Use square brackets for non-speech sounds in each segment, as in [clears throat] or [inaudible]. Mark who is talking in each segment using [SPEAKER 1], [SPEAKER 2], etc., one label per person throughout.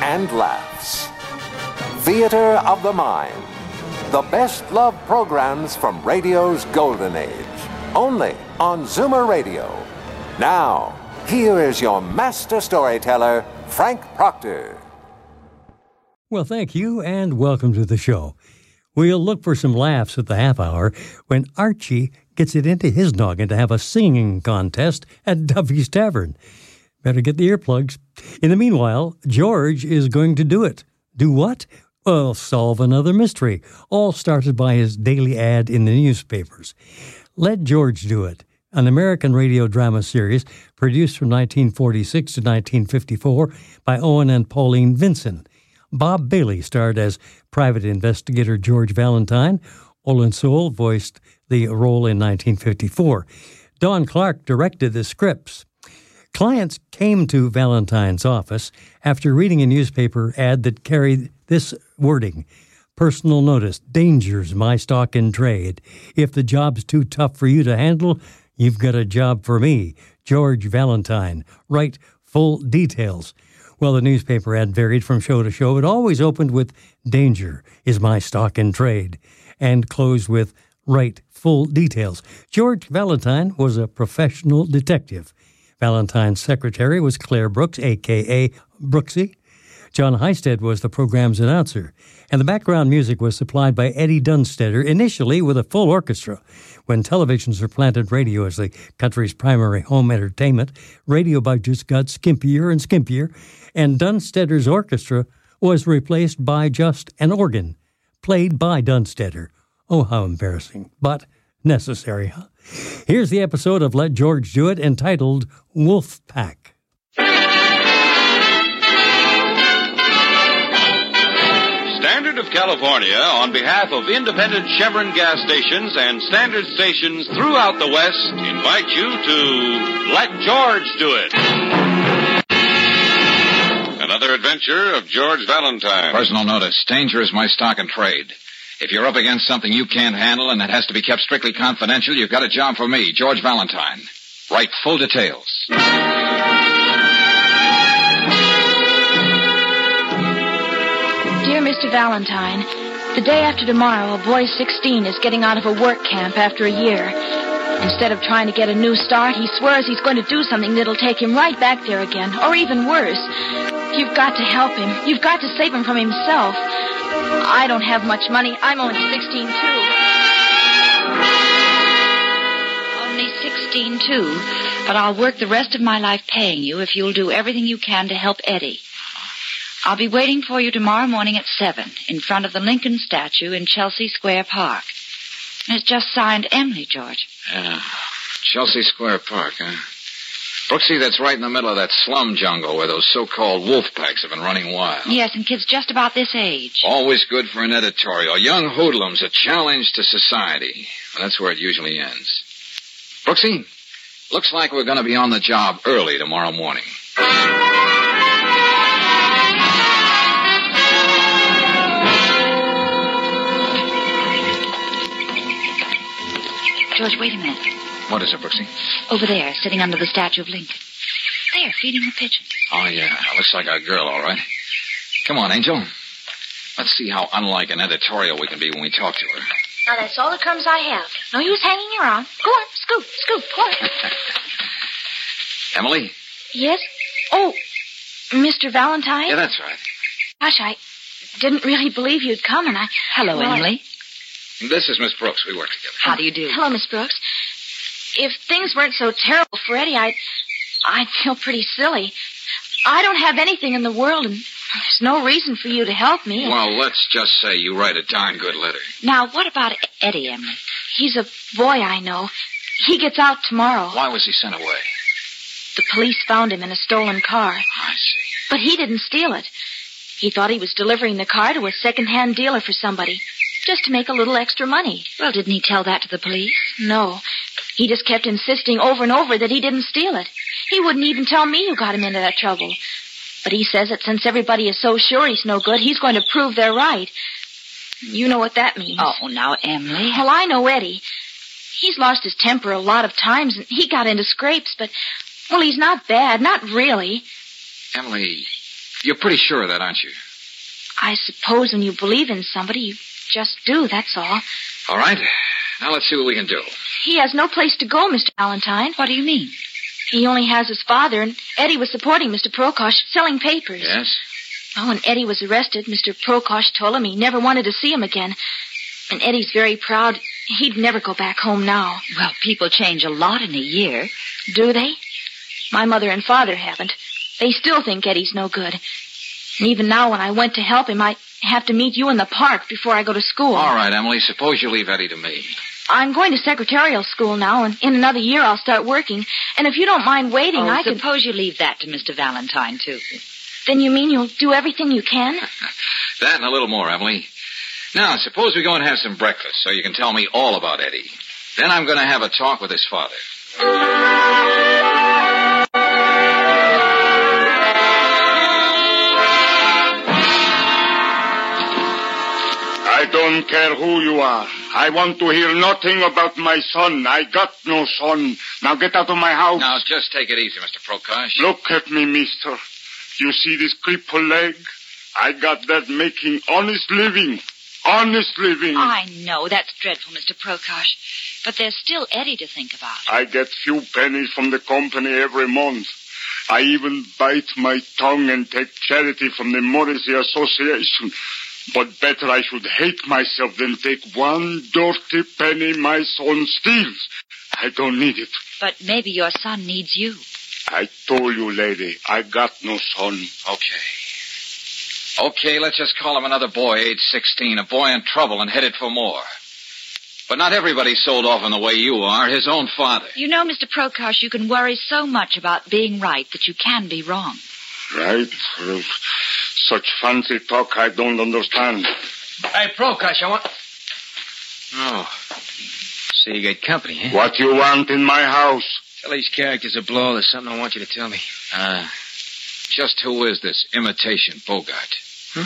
[SPEAKER 1] and laughs. Theater of the Mind. The best love programs from radio's golden age. Only on Zoomer Radio. Now, here is your master storyteller, Frank Proctor.
[SPEAKER 2] Well, thank you and welcome to the show. We'll look for some laughs at the half hour when Archie gets it into his noggin to have a singing contest at Duffy's Tavern. Better get the earplugs. In the meanwhile, George is going to do it. Do what? Well, solve another mystery, all started by his daily ad in the newspapers. Let George Do It, an American radio drama series produced from 1946 to 1954 by Owen and Pauline Vinson. Bob Bailey starred as private investigator George Valentine. Olin Sewell voiced the role in 1954. Don Clark directed the scripts. Clients came to Valentine's office after reading a newspaper ad that carried this wording Personal notice, dangers, my stock in trade. If the job's too tough for you to handle, you've got a job for me, George Valentine. Write full details. Well, the newspaper ad varied from show to show. It always opened with Danger is my stock in trade and closed with Write full details. George Valentine was a professional detective. Valentine's secretary was Claire Brooks, a.k.a. Brooksy. John Heisted was the program's announcer, and the background music was supplied by Eddie Dunstetter, initially with a full orchestra. When television supplanted radio as the country's primary home entertainment, radio budgets got skimpier and skimpier, and Dunstetter's orchestra was replaced by just an organ, played by Dunstetter. Oh, how embarrassing, but necessary. huh? Here's the episode of Let George Do It entitled Wolf Pack.
[SPEAKER 3] Standard of California, on behalf of independent Chevron gas stations and standard stations throughout the West, invite you to Let George Do It. Another adventure of George Valentine.
[SPEAKER 4] Personal notice. Danger is my stock and trade. If you're up against something you can't handle and it has to be kept strictly confidential, you've got a job for me, George Valentine. Write full details.
[SPEAKER 5] Dear Mr. Valentine, the day after tomorrow, a boy 16 is getting out of a work camp after a year. Instead of trying to get a new start, he swears he's going to do something that'll take him right back there again, or even worse. You've got to help him. You've got to save him from himself. I don't have much money. I'm only 16, too.
[SPEAKER 6] Only 16, too. But I'll work the rest of my life paying you if you'll do everything you can to help Eddie. I'll be waiting for you tomorrow morning at 7 in front of the Lincoln statue in Chelsea Square Park. And It's just signed Emily, George.
[SPEAKER 4] Yeah. Chelsea Square Park, huh? Brooksy, that's right in the middle of that slum jungle where those so-called wolf packs have been running wild.
[SPEAKER 6] Yes, and kids just about this age.
[SPEAKER 4] Always good for an editorial. Young hoodlums, a challenge to society. Well, that's where it usually ends. Brooksy, looks like we're going to be on the job early tomorrow morning.
[SPEAKER 6] George, wait a minute.
[SPEAKER 4] What is it, Brooksy?
[SPEAKER 6] Over there, sitting under the statue of Lincoln. There, feeding the pigeon.
[SPEAKER 4] Oh, yeah. Looks like our girl, all right. Come on, Angel. Let's see how unlike an editorial we can be when we talk to her.
[SPEAKER 5] Now, that's all the crumbs I have. No use hanging around. Go on, scoop, scoop, what?
[SPEAKER 4] Emily?
[SPEAKER 5] Yes? Oh, Mr. Valentine?
[SPEAKER 4] Yeah, that's right.
[SPEAKER 5] Gosh, I didn't really believe you'd come, and I...
[SPEAKER 6] Hello,
[SPEAKER 5] Well, I-
[SPEAKER 6] Emily.
[SPEAKER 4] This is Miss Brooks. We work together.
[SPEAKER 6] How do you do?
[SPEAKER 5] Hello, Miss Brooks. If things weren't so terrible for Eddie, I'd, I'd feel pretty silly. I don't have anything in the world, and there's no reason for you to help me.
[SPEAKER 4] Well, let's just say you write a darn good letter.
[SPEAKER 6] Now, what about E- Eddie, Emily?
[SPEAKER 5] He's a boy I know. He gets out tomorrow.
[SPEAKER 4] Why was he sent away?
[SPEAKER 5] The police found him in a stolen car.
[SPEAKER 4] I see.
[SPEAKER 5] But he didn't steal it. He thought he was delivering the car to a second-hand dealer for somebody, just to make a little extra money.
[SPEAKER 6] Well, didn't he tell that to the police?
[SPEAKER 5] No. He just kept insisting over and over that he didn't steal it. He wouldn't even tell me who got him into that trouble. But he says that since everybody is so sure he's no good, he's going to prove they're right. You know what that means.
[SPEAKER 6] Oh, now, Emily.
[SPEAKER 5] Well, I know Eddie. He's lost his temper a lot of times, and he got into scrapes, but, well, he's not bad, not really.
[SPEAKER 4] Emily, you're pretty sure of that, aren't you?
[SPEAKER 5] I suppose when you believe in somebody, you just do, that's all.
[SPEAKER 4] All right. Now let's see what we can do.
[SPEAKER 5] He has no place to go, Mr. Valentine.
[SPEAKER 6] What do you mean?
[SPEAKER 5] He only has his father, and Eddie was supporting Mr. Prokosh, selling papers.
[SPEAKER 4] Yes?
[SPEAKER 5] Well, when Eddie was arrested, Mr. Prokosh told him he never wanted to see him again. And Eddie's very proud. He'd never go back home now.
[SPEAKER 6] Well, people change a lot in a year.
[SPEAKER 5] Do they? My mother and father haven't. They still think Eddie's no good. And even now, when I went to help him, I have to meet you in the park before I go to school.
[SPEAKER 4] All right, Emily. Suppose you leave Eddie to me.
[SPEAKER 5] I'm going to secretarial school now, and in another year I'll start working. And if you don't mind waiting,
[SPEAKER 6] oh,
[SPEAKER 5] I could.
[SPEAKER 6] suppose you leave that to Mr. Valentine, too.
[SPEAKER 5] Then you mean you'll do everything you
[SPEAKER 6] [laughs]
[SPEAKER 5] can?
[SPEAKER 4] That and a little more, Emily. Now, suppose we go and have some breakfast so you can tell me all about Eddie. Then I'm going to have a talk with his father.
[SPEAKER 7] I don't care who you are. I want to hear nothing about my son. I got no son. Now get out of my house.
[SPEAKER 4] Now, just take it easy, Mr. Prokosh.
[SPEAKER 7] Look at me, mister. You see this crippled leg? I got that making honest living. Honest living.
[SPEAKER 6] I know. That's dreadful, Mr. Prokosh. But there's still Eddie to think about.
[SPEAKER 7] I get few pennies from the company every month. I even bite my tongue and take charity from the Morrissey Association. But better I should hate myself than take one dirty penny my son steals. I don't need it.
[SPEAKER 6] But maybe your son needs you.
[SPEAKER 7] I told you, lady, I got no son.
[SPEAKER 4] Okay. Okay, let's just call him another boy, age 16, a boy in trouble and headed for more. But not everybody's sold off in the way you are, his own father.
[SPEAKER 6] You know, Mr. Prokosh, you can worry so much about being right that you can be wrong.
[SPEAKER 7] Right? Well, such fancy talk I don't understand.
[SPEAKER 4] Hey, Prokosh, I want. Oh. So you got company, eh?
[SPEAKER 7] What you want in my house?
[SPEAKER 4] Tell these characters a blow. There's something I want you to tell me. Uh, just who is this imitation Bogart? Huh?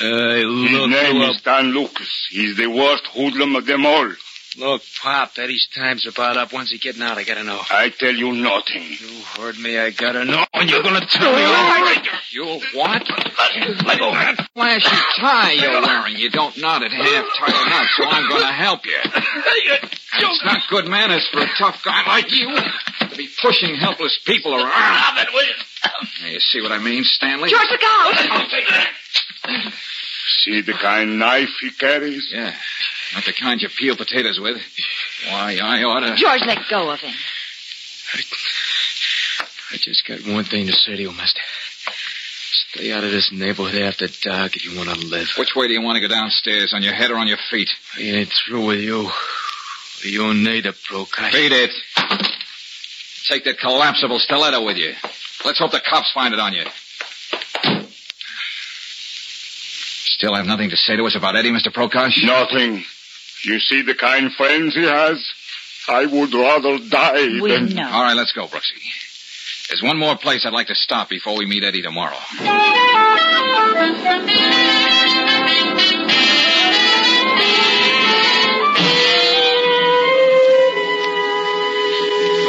[SPEAKER 4] Uh,
[SPEAKER 7] His
[SPEAKER 4] look,
[SPEAKER 7] name
[SPEAKER 4] you
[SPEAKER 7] is Dan Lucas. He's the worst hoodlum of them all.
[SPEAKER 4] up- look, Pop, Eddie's time's about up. When's he getting out? I gotta know.
[SPEAKER 7] I tell you nothing.
[SPEAKER 4] You heard me. I gotta know. And you're gonna tell me. all right. You what? Let go, man. Flashy tie oh, you're wearing. You don't knot it half tight enough, so I'm gonna help you. It's not good manners for a tough guy like you to be pushing helpless people around. Stop it, will you? You see what I mean, Stanley?
[SPEAKER 6] George, look out!
[SPEAKER 7] See the kind knife he carries?
[SPEAKER 4] Yeah. Not the kind you peel potatoes with. Why, I ought to.
[SPEAKER 6] George, let go of him.
[SPEAKER 8] I just got one thing to say to you, mister. Stay out of this neighborhood after dark if you want to live.
[SPEAKER 4] Which way do you want to go downstairs? On your head or on your feet?
[SPEAKER 8] I ain't through with you. You need a procast.
[SPEAKER 4] Beat it. Take that collapsible stiletto with you. Let's hope the cops find it on you. Still have nothing to say to us about Eddie, Mr. Prokosh?
[SPEAKER 7] Nothing. You see the kind friends he has? I would rather die
[SPEAKER 6] We
[SPEAKER 7] than.
[SPEAKER 6] know.
[SPEAKER 4] All right, let's go, Brooksy. There's one more place I'd like to stop before we meet Eddie tomorrow.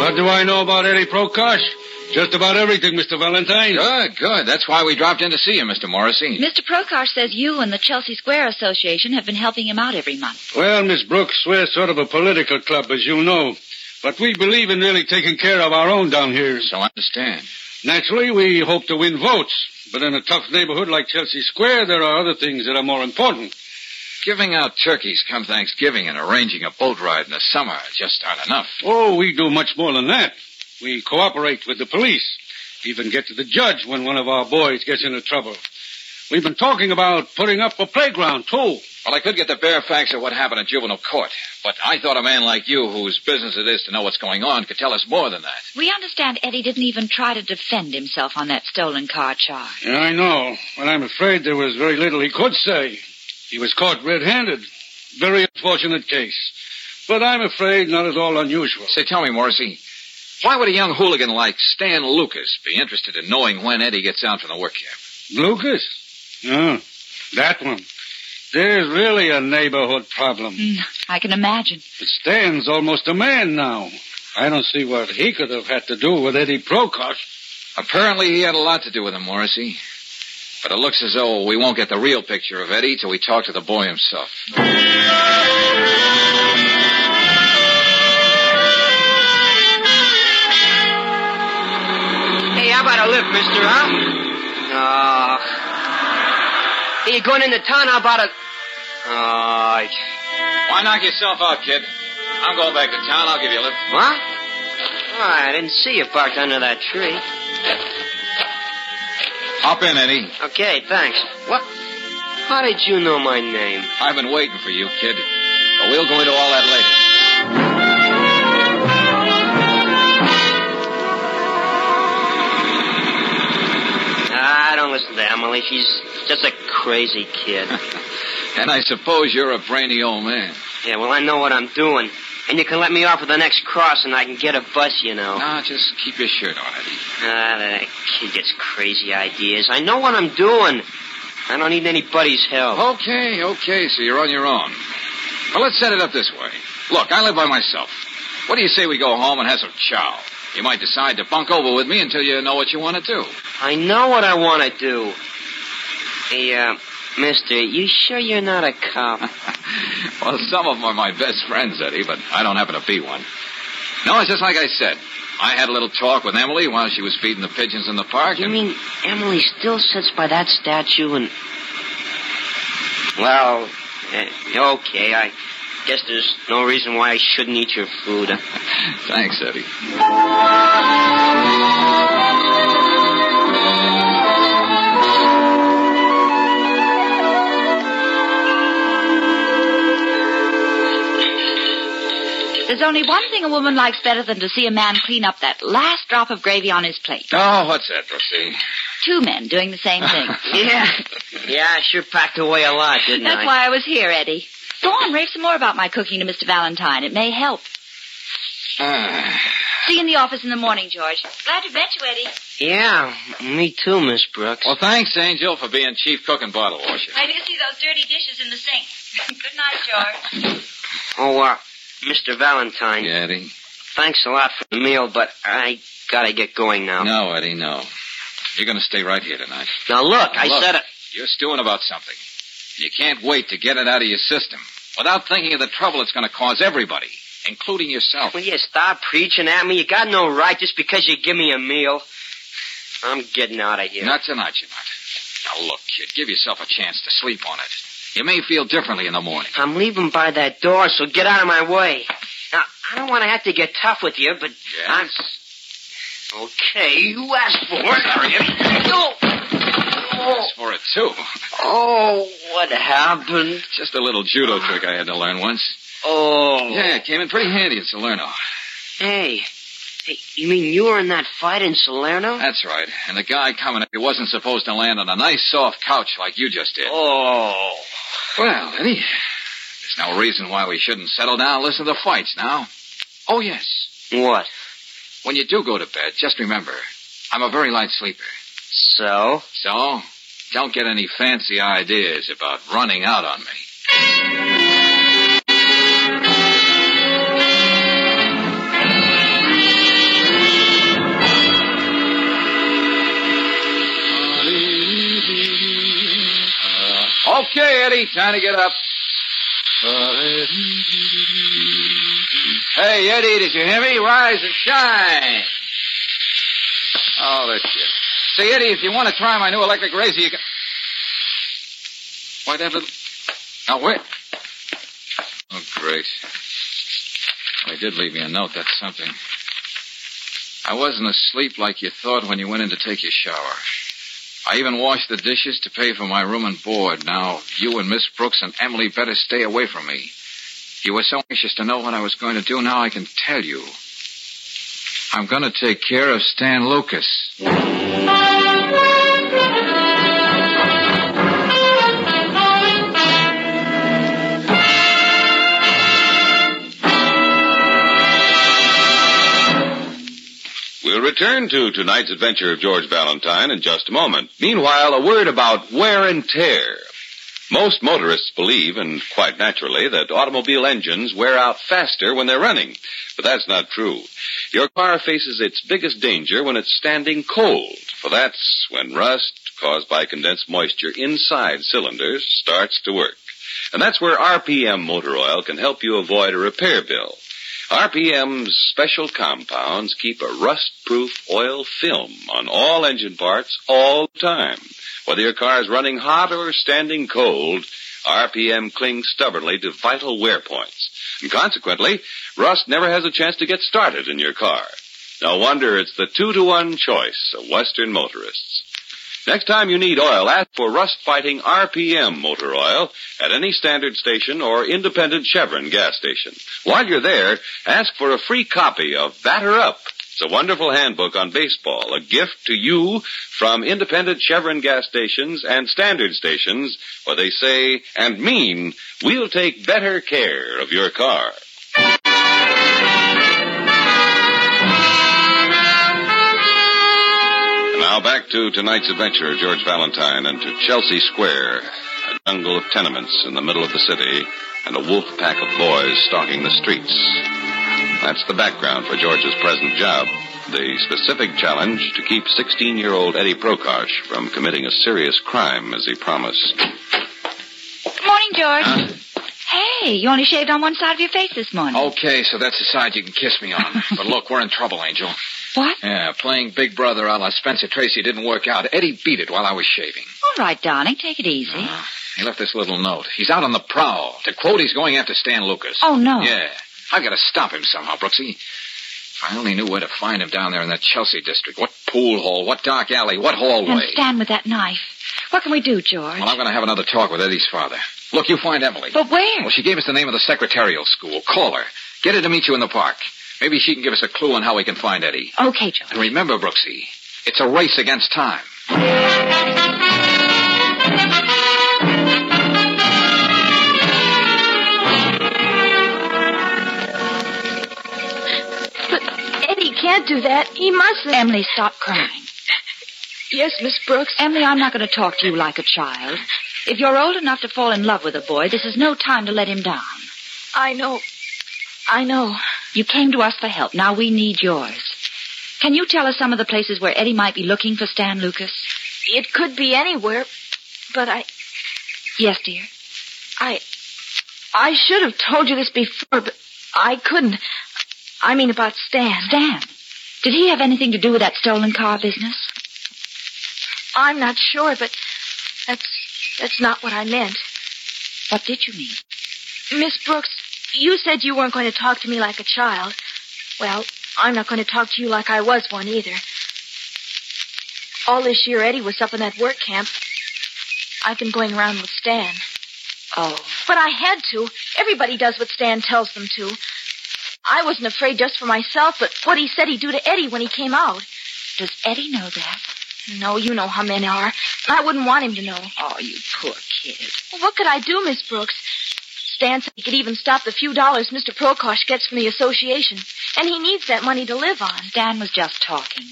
[SPEAKER 8] What do I know about Eddie Prokosh? Just about everything, Mr. Valentine.
[SPEAKER 4] Good, good. That's why we dropped in to see you, Mr. Morrissey.
[SPEAKER 6] Mr. Prokosh says you and the Chelsea Square Association have been helping him out every month.
[SPEAKER 8] Well, Miss Brooks, we're sort of a political club, as you know. But we believe in really taking care of our own down here.
[SPEAKER 4] So I understand.
[SPEAKER 8] Naturally, we hope to win votes. But in a tough neighborhood like Chelsea Square, there are other things that are more important.
[SPEAKER 4] Giving out turkeys come Thanksgiving and arranging a boat ride in the summer just aren't enough.
[SPEAKER 8] Oh, we do much more than that. We cooperate with the police, even get to the judge when one of our boys gets into trouble. We've been talking about putting up a playground, too.
[SPEAKER 4] Well, I could get the bare facts of what happened at juvenile court, But I thought a man like you, whose business it is to know what's going on, could tell us more than that.
[SPEAKER 6] We understand Eddie didn't even try to defend himself on that stolen car charge.
[SPEAKER 8] Yeah, I know, but I'm afraid there was very little he could say. He was caught red-handed. Very unfortunate case. But I'm afraid not at all unusual.
[SPEAKER 4] Say, tell me, Morrissey, why would a young hooligan like Stan Lucas be interested in knowing when Eddie gets out from the work camp?
[SPEAKER 8] Lucas? Oh, that one. There's really a neighborhood problem.
[SPEAKER 6] Mm, I can imagine.
[SPEAKER 8] But Stan's almost a man now. I don't see what he could have had to do with Eddie Prokosh.
[SPEAKER 4] Apparently, he had a lot to do with him, Morrissey. But it looks as though we won't get the real picture of Eddie till we talk to the boy himself.
[SPEAKER 9] Hey, how about a lift, mister, huh? Oh. Hey, you going into town? How about a... Oh, I-
[SPEAKER 4] Why knock yourself out, kid? I'm going back to town. I'll give you a lift.
[SPEAKER 9] what? Oh, I didn't see you parked under that tree.
[SPEAKER 4] Hop in, Eddie.
[SPEAKER 9] Okay, thanks. What? How did you know my name?
[SPEAKER 4] I've been waiting for you, kid. But we'll go into all that later.
[SPEAKER 9] Ah, don't listen to Emily. She's just a crazy kid.
[SPEAKER 4] [laughs] And I suppose you're a brainy old man.
[SPEAKER 9] yeah, well, I know what I'm doing. And you can let me off at the next cross and I can get a bus, you know.
[SPEAKER 4] Now, just keep your shirt on, Eddie.
[SPEAKER 9] Ah, that kid gets crazy ideas. I know what I'm doing. I don't need anybody's help.
[SPEAKER 4] Okay, okay, so you're on your own. Well, let's set it up this way. Look, I live by myself. What do you say we go home and have some chow? You might decide to bunk over with me until you know what you want to do.
[SPEAKER 9] I know what I want to do. Hey, uh, mister, you sure you're not a cop?
[SPEAKER 4] [laughs] well, some of them are my best friends, Eddie, but I don't happen to be one. No, it's just like I said. I had a little talk with Emily while she was feeding the pigeons in the park.
[SPEAKER 9] you
[SPEAKER 4] and...
[SPEAKER 9] mean Emily still sits by that statue and. Well, eh, okay, I guess there's no reason why I shouldn't eat your food.
[SPEAKER 4] [laughs] Thanks, Eddie.
[SPEAKER 6] There's only one thing a woman likes better than to see a man clean up that last drop of gravy on his plate.
[SPEAKER 4] Oh, what's that, Brooksy?
[SPEAKER 6] Two men doing the
[SPEAKER 8] [laughs]
[SPEAKER 6] same thing.
[SPEAKER 9] yeah. Yeah, I sure packed away a lot, didn't
[SPEAKER 6] That's
[SPEAKER 9] I?
[SPEAKER 6] why I was here, Eddie. Go on, rave some more about my cooking to Mr. Valentine. It may
[SPEAKER 9] [sighs]
[SPEAKER 6] help.
[SPEAKER 4] Ah,
[SPEAKER 6] See you in the office in the morning, George. Glad to met you, Eddie.
[SPEAKER 9] Yeah, me too, Miss Brooks.
[SPEAKER 4] well, thanks, Angel, for being chief cook and bottle washer.
[SPEAKER 6] I do see those dirty dishes in the sink. [laughs] Good night, George.
[SPEAKER 9] Oh, uh, Mr. Valentine,
[SPEAKER 4] Yeah, Eddie.
[SPEAKER 9] thanks a lot for the meal, but I gotta get going now.
[SPEAKER 4] No, Eddie, no. You're going to stay right here tonight.
[SPEAKER 9] Now, look, I
[SPEAKER 4] Look,
[SPEAKER 9] said uh, it.
[SPEAKER 4] You're stewing about something. You can't wait to get it out of your system without thinking of the trouble it's going to cause everybody, including yourself.
[SPEAKER 9] Will you stop preaching at me? You got no right just because you give me a meal. I'm getting out of here.
[SPEAKER 4] Not tonight, you're not. Now, look, kid, give yourself a chance to sleep on it. You may feel differently in the morning.
[SPEAKER 9] I'm leaving by that door, so get out of my way. Now, I don't want to have to get tough with you, but I'm. Okay, you asked for it.
[SPEAKER 4] Sorry, Eddie.
[SPEAKER 9] No. Oh,
[SPEAKER 4] Yes, for it, too.
[SPEAKER 9] oh, what happened?
[SPEAKER 4] Just a little judo trick I had to learn once.
[SPEAKER 9] Oh.
[SPEAKER 4] Yeah, it came in pretty handy in Salerno.
[SPEAKER 9] Hey. Hey, you mean you were in that fight in Salerno?
[SPEAKER 4] That's right. And the guy coming up, he wasn't supposed to land on a nice soft couch like you just did.
[SPEAKER 9] Oh.
[SPEAKER 4] Well, Eddie, there's no reason why we shouldn't settle down and listen to the fights now. Oh, yes.
[SPEAKER 9] What?
[SPEAKER 4] When you do go to bed, just remember, I'm a very light sleeper.
[SPEAKER 9] So?
[SPEAKER 4] So, don't get any fancy ideas about running out on me.
[SPEAKER 9] [laughs]
[SPEAKER 4] Uh, Okay, Eddie, time to get up. Hey, Eddie, did you hear me? Rise and shine. Oh, that's it. Say, Eddie, if you want to try my new electric razor, you can. Why, that little. Now, wait. Oh, great. Well, he did leave me a note. That's something. I wasn't asleep like you thought when you went in to take your shower. I even washed the dishes to pay for my room and board. Now, you and Miss Brooks and Emily better stay away from me. You were so anxious to know what I was going to do, now I can tell you. I'm going to take care of Stan Lucas.
[SPEAKER 3] We'll return to tonight's adventure of George Valentine in just a moment. Meanwhile, a word about wear and tear. Most motorists believe, and quite naturally, that automobile engines wear out faster when they're running. But that's not true. Your car faces its biggest danger when it's standing cold, for that's when rust, caused by condensed moisture inside cylinders, starts to work. And that's where RPM motor oil can help you avoid a repair bill. RPM's special compounds keep a rust-proof oil film on all engine parts all the time. Whether your car is running hot or standing cold, RPM clings stubbornly to vital wear points. And consequently, rust never has a chance to get started in your car. No wonder it's the two-to-one choice of Western motorists. Next time you need oil, ask for rust-fighting RPM motor oil at any standard station or independent Chevron gas station. While you're there, ask for a free copy of Batter Up. It's a wonderful handbook on baseball, a gift to you from independent Chevron gas stations and standard stations where they say and mean, we'll take better care of your car. And Now back to tonight's adventure, George Valentine, and to Chelsea Square, a jungle of tenements in the middle of the city, and a wolf pack of boys stalking the streets. That's the background for George's present job. The specific challenge to keep 16 year old Eddie Prokosh from committing a serious crime as he promised.
[SPEAKER 6] Good morning, George. Hey, you only shaved on one side of your face this morning.
[SPEAKER 4] Okay, so that's the side you can kiss me [laughs] on. But look, we're in trouble, Angel.
[SPEAKER 6] What?
[SPEAKER 4] Yeah, playing Big Brother a la Spencer Tracy didn't work out. Eddie beat it while I was shaving.
[SPEAKER 6] All right, darling, take it easy.
[SPEAKER 9] Ah,
[SPEAKER 4] He left this little note. He's out on the prowl. To quote, he's going after Stan Lucas.
[SPEAKER 6] oh, no.
[SPEAKER 4] Yeah. I've got to stop him somehow, Brooksy. If I only knew where to find him down there in the Chelsea district. What pool hall, what dark alley, what
[SPEAKER 6] And
[SPEAKER 4] hallway.
[SPEAKER 6] stand with that knife. What can we do, George?
[SPEAKER 4] Well, I'm going to have another talk with Eddie's father. Look, you find Emily.
[SPEAKER 6] But where?
[SPEAKER 4] Well, she gave us the name of the secretarial school. Call her. Get her to meet you in the park. Maybe she can give us a clue on how we can find Eddie.
[SPEAKER 6] okay, George.
[SPEAKER 4] And remember, Brooksy, it's a race against time.
[SPEAKER 5] Eddie can't do that. He mustn't.
[SPEAKER 6] Emily, stop crying.
[SPEAKER 5] yes, Miss Brooks.
[SPEAKER 6] Emily, I'm not going to talk to you like a child. If you're old enough to fall in love with a boy, this is no time to let him down.
[SPEAKER 5] I know. I know.
[SPEAKER 6] You came to us for help. Now we need yours. Can you tell us some of the places where Eddie might be looking for Stan Lucas?
[SPEAKER 5] It could be anywhere, but I,
[SPEAKER 6] Yes, dear.
[SPEAKER 5] I, I should have told you this before, but I couldn't. I mean about Stan.
[SPEAKER 6] Stan. Did he have anything to do with that stolen car business?
[SPEAKER 5] I'm not sure, but that's that's not what I meant.
[SPEAKER 6] What did you mean?
[SPEAKER 5] Miss Brooks, you said you weren't going to talk to me like a child. Well, I'm not going to talk to you like I was one either. All this year, Eddie was up in that work camp. I've been going around with Stan.
[SPEAKER 6] Oh.
[SPEAKER 5] But I had to. Everybody does what Stan tells them to. I wasn't afraid just for myself, but what he said he'd do to Eddie when he came out.
[SPEAKER 6] Does Eddie know that?
[SPEAKER 5] No, you know how men are. I wouldn't want him to know.
[SPEAKER 6] Oh, you poor kid.
[SPEAKER 5] Well, what could I do, Miss Brooks? Stan said he could even stop the few dollars Mr. Prokosh gets from the association, and he needs that money to live on.
[SPEAKER 6] Stan was just talking.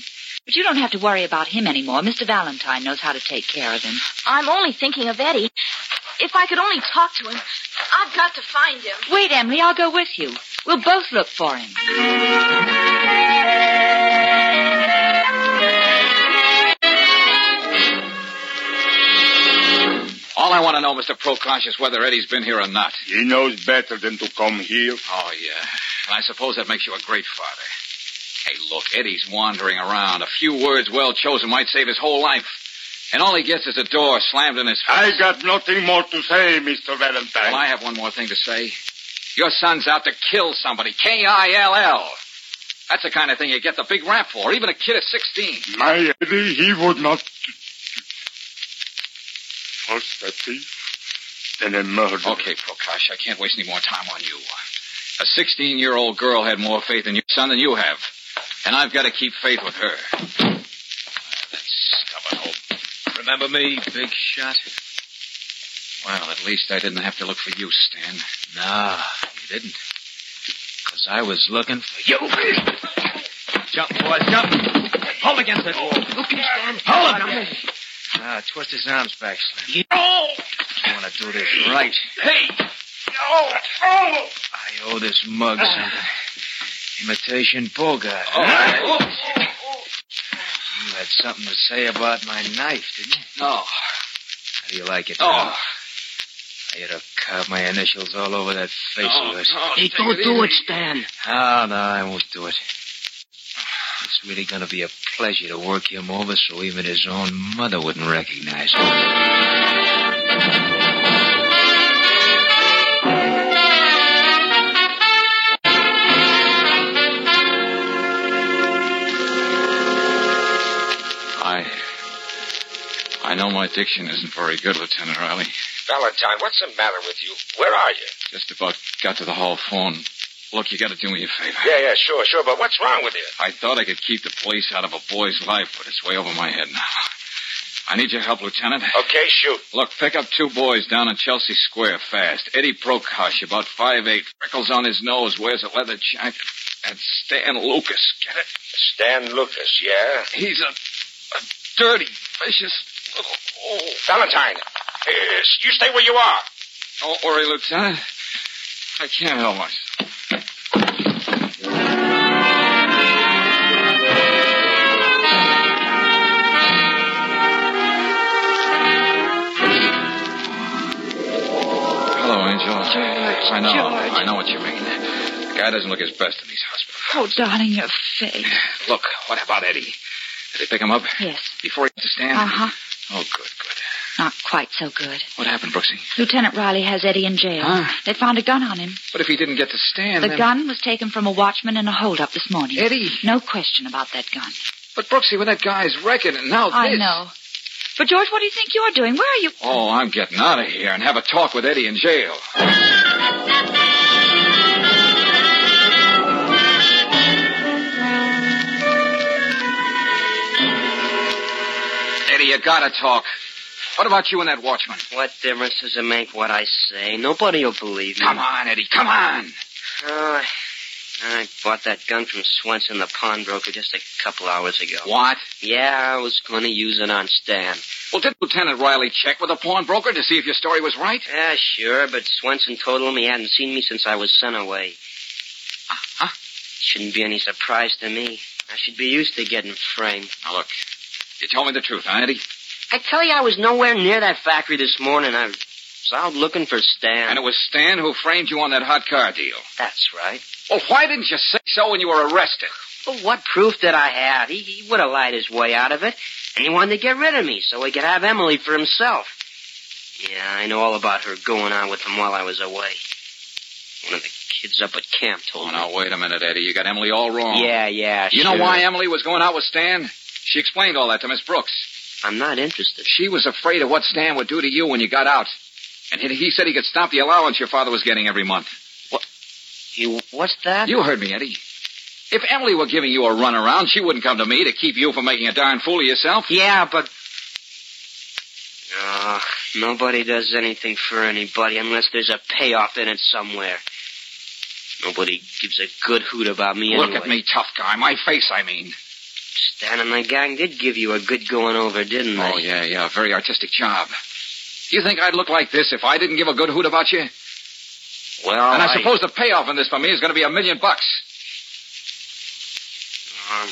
[SPEAKER 6] But you don't have to worry about him anymore. Mr. Valentine knows how to take care of him.
[SPEAKER 5] I'm only thinking of Eddie. If I could only talk to him, I've got to find him.
[SPEAKER 6] Wait, Emily, I'll go with you. We'll both look for him.
[SPEAKER 4] All I want to know, Mr. Prokosh, is whether Eddie's been here or not.
[SPEAKER 7] He knows better than to come here.
[SPEAKER 4] Oh, yeah. And I suppose that makes you a great father. Hey, look, Eddie's wandering around. A few words well chosen might save his whole life. And all he gets is a door slammed in his
[SPEAKER 7] I
[SPEAKER 4] face.
[SPEAKER 7] got nothing more to say, Mr. Valentine.
[SPEAKER 4] Well, I have one more thing to say. Your son's out to kill somebody. K-I-L-L. That's the kind of thing you get the big rap for, even a kid at 16.
[SPEAKER 7] My Eddie, he would not. First a thief, then a murderer.
[SPEAKER 4] Okay, Prokash, I can't waste any more time on you. A 16 year old girl had more faith in your son than you have. And I've got to keep faith with her. Ah, That stubborn old. Remember me, big shot? Well, at least I didn't have to look for you, Stan. No,
[SPEAKER 7] Ah.
[SPEAKER 4] you didn't. Because I was looking for you. Jump, boy, jump. Hold against that wall. Hold him. Ah, twist his arms back, Slim. You want to do this right. Hey!
[SPEAKER 9] Oh, oh!
[SPEAKER 4] I owe this mug
[SPEAKER 9] Ah.
[SPEAKER 4] something. Imitation Bogart. huh?
[SPEAKER 9] Oh,
[SPEAKER 4] You had something to say about my knife, didn't you? No. How do you like it? Oh. I had to carve my initials all over that face of yours.
[SPEAKER 9] Hey, don't do it, Stan.
[SPEAKER 4] Oh, no, I won't do it. It's really going to be a pleasure to work him over so even his own mother wouldn't recognize him. I. I know my diction isn't very good, Lieutenant Riley.
[SPEAKER 10] Valentine, what's the matter with you? Where are you?
[SPEAKER 4] Just about got to the hall phone. Look, you gotta do me a favor.
[SPEAKER 10] Yeah, yeah, sure, sure, but what's wrong with you?
[SPEAKER 4] I thought I could keep the police out of a boy's life, but it's way over my head now. I need your help, Lieutenant.
[SPEAKER 10] Okay, shoot.
[SPEAKER 4] Look, pick up two boys down in Chelsea Square fast. Eddie Prokosh, about five eight, freckles on his nose, wears a leather jacket. And Stan Lucas, get it?
[SPEAKER 10] Stan Lucas, yeah?
[SPEAKER 4] He's a, a dirty, vicious little. Oh.
[SPEAKER 10] Valentine, uh, you stay where you are.
[SPEAKER 4] Don't worry, Lieutenant. I can't help myself. Hello, Angel. I know.
[SPEAKER 6] George.
[SPEAKER 4] I know what you mean. The guy doesn't look his best in these hospitals.
[SPEAKER 6] Oh, darling, your face.
[SPEAKER 4] Look, what about Eddie? Did they pick him up?
[SPEAKER 6] Yes.
[SPEAKER 4] Before he has to stand?
[SPEAKER 6] Uh huh.
[SPEAKER 4] Oh, good, good.
[SPEAKER 6] Not quite so good.
[SPEAKER 4] What happened, Brooksy?
[SPEAKER 6] Lieutenant Riley has Eddie in jail.
[SPEAKER 4] Huh?
[SPEAKER 6] They found a gun on him.
[SPEAKER 4] But if he didn't get to stand,
[SPEAKER 6] The
[SPEAKER 4] then...
[SPEAKER 6] gun was taken from a watchman in a holdup this morning.
[SPEAKER 4] Eddie.
[SPEAKER 6] No question about that gun.
[SPEAKER 4] But Brooksy, with that guy's record and now
[SPEAKER 6] I
[SPEAKER 4] this...
[SPEAKER 6] know. But, George, what do you think you're doing? Where are you?
[SPEAKER 4] Oh, I'm getting out of here and have a talk with Eddie in jail. Eddie, you gotta talk. What about you and that watchman?
[SPEAKER 9] What difference does it make what I say? Nobody will believe me.
[SPEAKER 4] Come on, Eddie, come on.
[SPEAKER 9] Oh, I bought that gun from Swenson, the pawnbroker, just a couple hours ago.
[SPEAKER 4] What?
[SPEAKER 9] Yeah, I was going to use it on Stan.
[SPEAKER 4] Well, did Lieutenant Riley check with the pawnbroker to see if your story was right?
[SPEAKER 9] Yeah, sure, but Swenson told him he hadn't seen me since I was sent away.
[SPEAKER 4] huh?
[SPEAKER 9] Shouldn't be any surprise to me. I should be used to getting framed.
[SPEAKER 4] Now, look, you told me the truth, huh, Eddie?
[SPEAKER 9] I tell you, I was nowhere near that factory this morning. I was out looking for Stan.
[SPEAKER 4] And it was Stan who framed you on that hot car deal.
[SPEAKER 9] That's right.
[SPEAKER 4] Well, why didn't you say so when you were arrested?
[SPEAKER 9] But what proof did I have? He, he would have lied his way out of it, and he wanted to get rid of me so he could have Emily for himself. Yeah, I know all about her going on with him while I was away. One of the kids up at camp told
[SPEAKER 4] Oh,
[SPEAKER 9] me.
[SPEAKER 4] now, wait a minute, Eddie. You got Emily all wrong.
[SPEAKER 9] Yeah, yeah.
[SPEAKER 4] You
[SPEAKER 9] sure.
[SPEAKER 4] know why Emily was going out with Stan? She explained all that to Miss Brooks.
[SPEAKER 9] I'm not interested.
[SPEAKER 4] She was afraid of what Stan would do to you when you got out. And he, he said he could stop the allowance your father was getting every month.
[SPEAKER 9] You, what's that?
[SPEAKER 4] You heard me, Eddie. If Emily were giving you a runaround, she wouldn't come to me to keep you from making a darn fool of yourself.
[SPEAKER 9] Yeah, but. Oh, nobody does anything for anybody unless there's a payoff in it somewhere.
[SPEAKER 4] [laughs]
[SPEAKER 9] Nobody gives a good hoot about me anyway.
[SPEAKER 4] Look at me, tough guy. My face, I mean.
[SPEAKER 9] Stan and the gang did give you a good going over, didn't they?
[SPEAKER 4] Oh, yeah, yeah. Very artistic job. You think I'd look like this if I didn't give a good hoot about you?
[SPEAKER 9] Well,
[SPEAKER 4] and I, suppose the payoff in this for me is going to be a million bucks.
[SPEAKER 9] Um,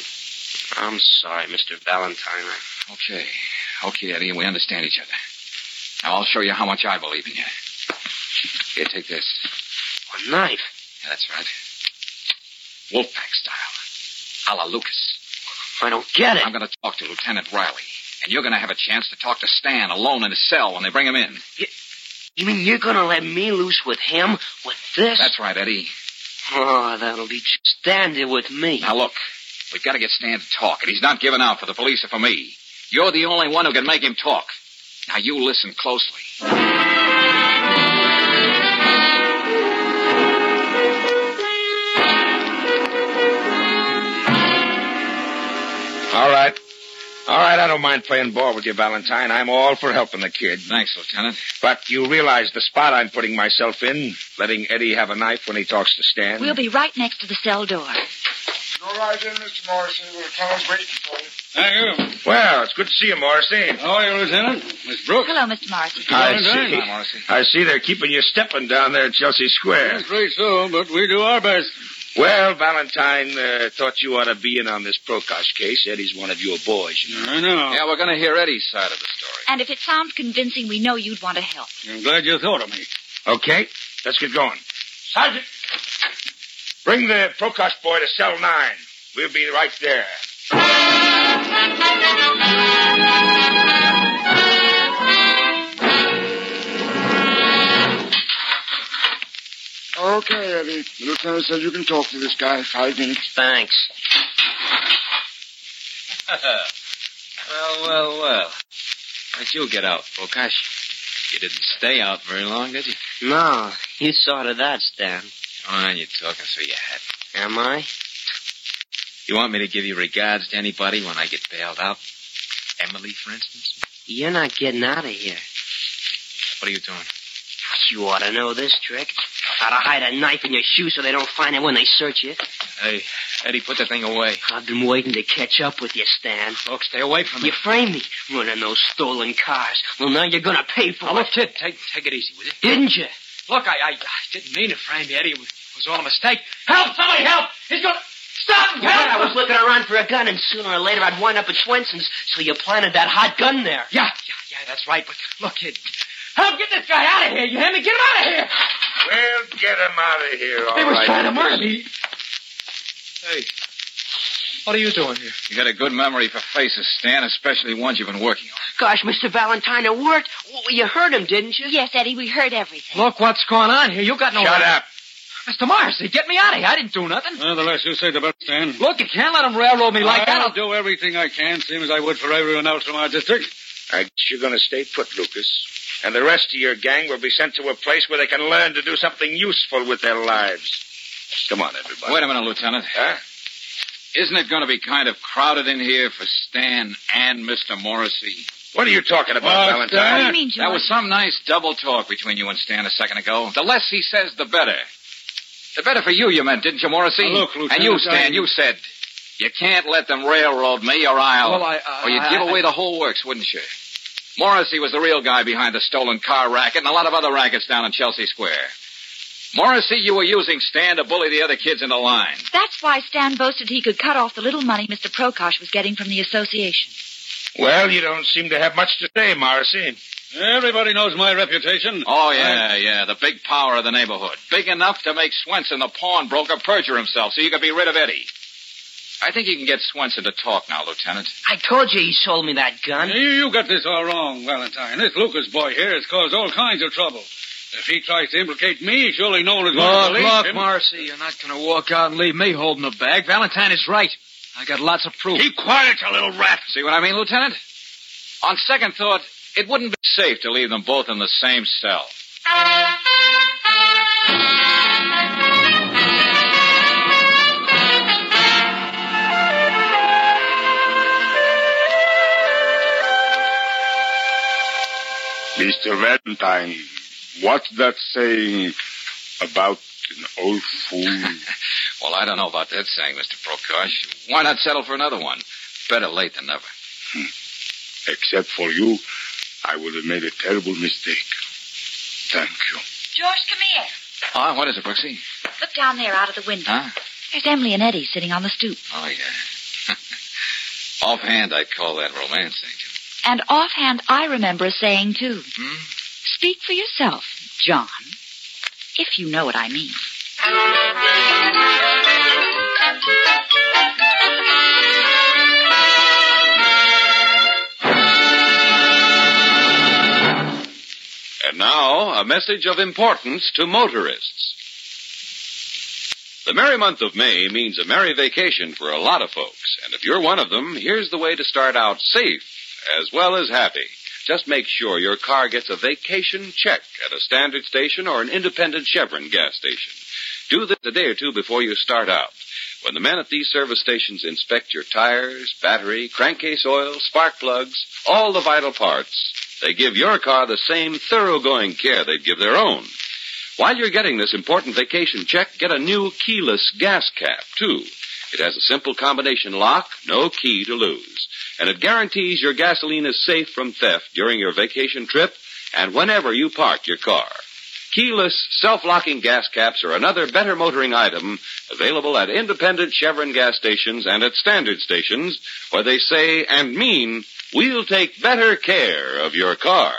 [SPEAKER 9] I'm sorry, Mr. Valentine. I-
[SPEAKER 4] Okay. Okay, Eddie, we understand each other. Now, I'll show you how much I believe in you. Here, take this.
[SPEAKER 9] A knife.
[SPEAKER 4] Yeah, that's right. Wolfpack style. A la Lucas.
[SPEAKER 9] I don't get it.
[SPEAKER 4] I'm going to talk to Lieutenant Riley. And you're going to have a chance to talk to Stan alone in his cell when they bring him in.
[SPEAKER 9] You mean you're gonna let me loose with him? With this?
[SPEAKER 4] That's right, Eddie.
[SPEAKER 9] Oh, that'll be just Stan did with me.
[SPEAKER 4] Now, look. We've got to get Stan to talk, and he's not giving out for the police or for me. You're the only one who can make him talk. Now, you listen closely.
[SPEAKER 10] All right. All right, I don't mind playing ball with you, Valentine. I'm all for helping the kid.
[SPEAKER 11] Thanks, Lieutenant.
[SPEAKER 10] But you realize the spot I'm putting myself in, letting Eddie have a knife when he talks to Stan?
[SPEAKER 6] We'll be right next to the cell door.
[SPEAKER 7] Go right in, Mr. Morrissey. Lieutenant's waiting for you.
[SPEAKER 8] Thank you.
[SPEAKER 10] Well, it's good to see you, Morrissey.
[SPEAKER 8] How are you, Lieutenant? Miss Brooks.
[SPEAKER 6] Hello, Mr. Morrissey.
[SPEAKER 10] I
[SPEAKER 8] Valentine.
[SPEAKER 10] see. I see they're keeping you stepping down there at Chelsea Square.
[SPEAKER 8] That's great, so, but we do our best.
[SPEAKER 10] Well, Valentine uh, thought you ought to be in on this Prokosh case. Eddie's one of your boys, you know.
[SPEAKER 8] I know.
[SPEAKER 11] Yeah, we're going to hear Eddie's side of the story.
[SPEAKER 6] And if it sounds convincing, we know you'd want to help.
[SPEAKER 8] I'm glad you thought of me.
[SPEAKER 10] Okay, let's get going. Sergeant! Bring the Prokosh boy to cell nine. We'll be right there.
[SPEAKER 7] Okay, Eddie. The lieutenant says you can talk to this guy five minutes.
[SPEAKER 9] Thanks.
[SPEAKER 11] well, well, well. How'd you get out, Bokash? You didn't stay out very long, did you?
[SPEAKER 9] No, you saw to that, Stan.
[SPEAKER 11] Oh, you're talking through your hat.
[SPEAKER 9] Am I?
[SPEAKER 11] You want me to give you regards to anybody when I get bailed out? Emily, for instance?
[SPEAKER 9] You're not getting out of here.
[SPEAKER 11] What are you doing?
[SPEAKER 9] You ought to know this trick. How to hide a knife in your shoe so they don't find it when they search you.
[SPEAKER 11] Hey, Eddie, put the thing away.
[SPEAKER 9] I've been waiting to catch up with you, Stan.
[SPEAKER 11] Look, stay away from me.
[SPEAKER 9] You framed me running those stolen cars. Well, now you're gonna pay for
[SPEAKER 11] Now, look, kid,
[SPEAKER 9] it,
[SPEAKER 11] take, take it easy, will you?
[SPEAKER 9] didn't you?
[SPEAKER 11] Look, I, I, I didn't mean to frame you, Eddie. It was, it was all a mistake. Help! Somebody help! He's gonna... Stop him!
[SPEAKER 9] Yeah, I
[SPEAKER 11] Help!
[SPEAKER 9] was looking around for a gun, and sooner or later I'd wind up at Swenson's. So you planted that hot gun there.
[SPEAKER 11] Yeah, yeah, yeah, that's right. But look, kid, help get this guy out of here. You hear me? Get him out of here.
[SPEAKER 10] Well, get him out of here, all
[SPEAKER 11] they were
[SPEAKER 10] right.
[SPEAKER 11] trying to murder me. Hey, what are you doing here? You got a good memory for faces, Stan, especially ones you've been working on.
[SPEAKER 9] Gosh, Mr. Valentine, it worked. Well, you heard him, didn't you?
[SPEAKER 6] Yes, Eddie, we heard everything.
[SPEAKER 11] Look what's going on here. You got no.
[SPEAKER 10] Shut up.
[SPEAKER 11] Mr. Morrissey, get me out of here. I didn't do nothing.
[SPEAKER 8] Well, the less you say, the better, Stan.
[SPEAKER 11] Look, you can't let him railroad me like that.
[SPEAKER 8] I'll do everything I can, same as I would for everyone else from our district.
[SPEAKER 10] I guess you're going to stay put, Lucas. And the rest of your gang will be sent to a place where they can learn to do something useful with their lives. Come on, everybody.
[SPEAKER 4] Wait a minute, Lieutenant.
[SPEAKER 10] Huh?
[SPEAKER 4] Isn't it going to be kind of crowded in here for Stan and Mr. Morrissey?
[SPEAKER 10] What are you talking about,
[SPEAKER 8] Oh,
[SPEAKER 10] Valentine?
[SPEAKER 6] What do you mean, George?
[SPEAKER 4] That was some nice double talk between you and Stan a second ago. The less he says, the better. The better for you, you meant, didn't you, Morrissey?
[SPEAKER 8] Now, look, Lieutenant,
[SPEAKER 4] and you, Stan,
[SPEAKER 8] I-
[SPEAKER 4] you said you can't let them railroad me or I'll.
[SPEAKER 11] Well, I- I-
[SPEAKER 4] or you'd
[SPEAKER 11] I-
[SPEAKER 4] give
[SPEAKER 11] I-
[SPEAKER 4] away the whole works, wouldn't you? Morrissey was the real guy behind the stolen car racket and a lot of other rackets down in Chelsea Square. Morrissey, you were using Stan to bully the other kids into line.
[SPEAKER 6] That's why Stan boasted he could cut off the little money Mr. Prokosh was getting from the association.
[SPEAKER 10] Well, you don't seem to have much to say, Morrissey.
[SPEAKER 8] Everybody knows my reputation.
[SPEAKER 4] Oh, yeah, yeah. The big power of the neighborhood. Big enough to make Swenson, the pawnbroker, perjure himself so you could be rid of Eddie. I think you can get Swenson to talk now, Lieutenant.
[SPEAKER 9] I told you he sold me that gun.
[SPEAKER 8] You, you got this all wrong, Valentine. This Lucas boy here has caused all kinds of trouble. If he tries to implicate me, surely no one is going to
[SPEAKER 11] Look,
[SPEAKER 8] believe
[SPEAKER 11] look,
[SPEAKER 8] him.
[SPEAKER 11] Morrissey, you're not going to walk out and leave me holding the bag. Valentine is right. I got lots of proof.
[SPEAKER 10] Keep quiet, you little rat.
[SPEAKER 4] See what I mean, Lieutenant? On second thought, it wouldn't be safe to leave them both in the same cell.
[SPEAKER 7] Mr. Valentine, what's that saying about an old fool?
[SPEAKER 4] Well, I don't know about that saying, Mr. Prokosh. Why not settle for another one? Better late than never.
[SPEAKER 7] Except for you, I would have made a terrible mistake. Thank you.
[SPEAKER 6] George, come here.
[SPEAKER 4] Ah, what is it, Brooksy?
[SPEAKER 6] Look down there out of the window.
[SPEAKER 4] Huh?
[SPEAKER 6] There's Emily and Eddie sitting on the stoop.
[SPEAKER 4] Oh,
[SPEAKER 12] [laughs]
[SPEAKER 4] yeah. Offhand, I'd call that romance, ain't you?
[SPEAKER 6] And offhand, I remember a saying, too.
[SPEAKER 4] Hmm?
[SPEAKER 6] Speak for yourself, John. If you know what I mean.
[SPEAKER 3] And now, a message of importance to motorists. The merry month of May means a merry vacation for a lot of folks, and if you're one of them, here's the way to start out safe as well as happy. Just make sure your car gets a vacation check at a standard station or an independent Chevron gas station. Do this a day or two before you start out. When the men at these service stations inspect your tires, battery, crankcase oil, spark plugs, all the vital parts, they give your car the same thoroughgoing care they'd give their own. While you're getting this important vacation check, get a new keyless gas cap, too. It has a simple combination lock, no key to lose. And it guarantees your gasoline is safe from theft during your vacation trip and whenever you park your car. Keyless, self-locking gas caps are another better motoring item available at independent Chevron gas stations and at standard stations where they say and mean, we'll take better care of your car.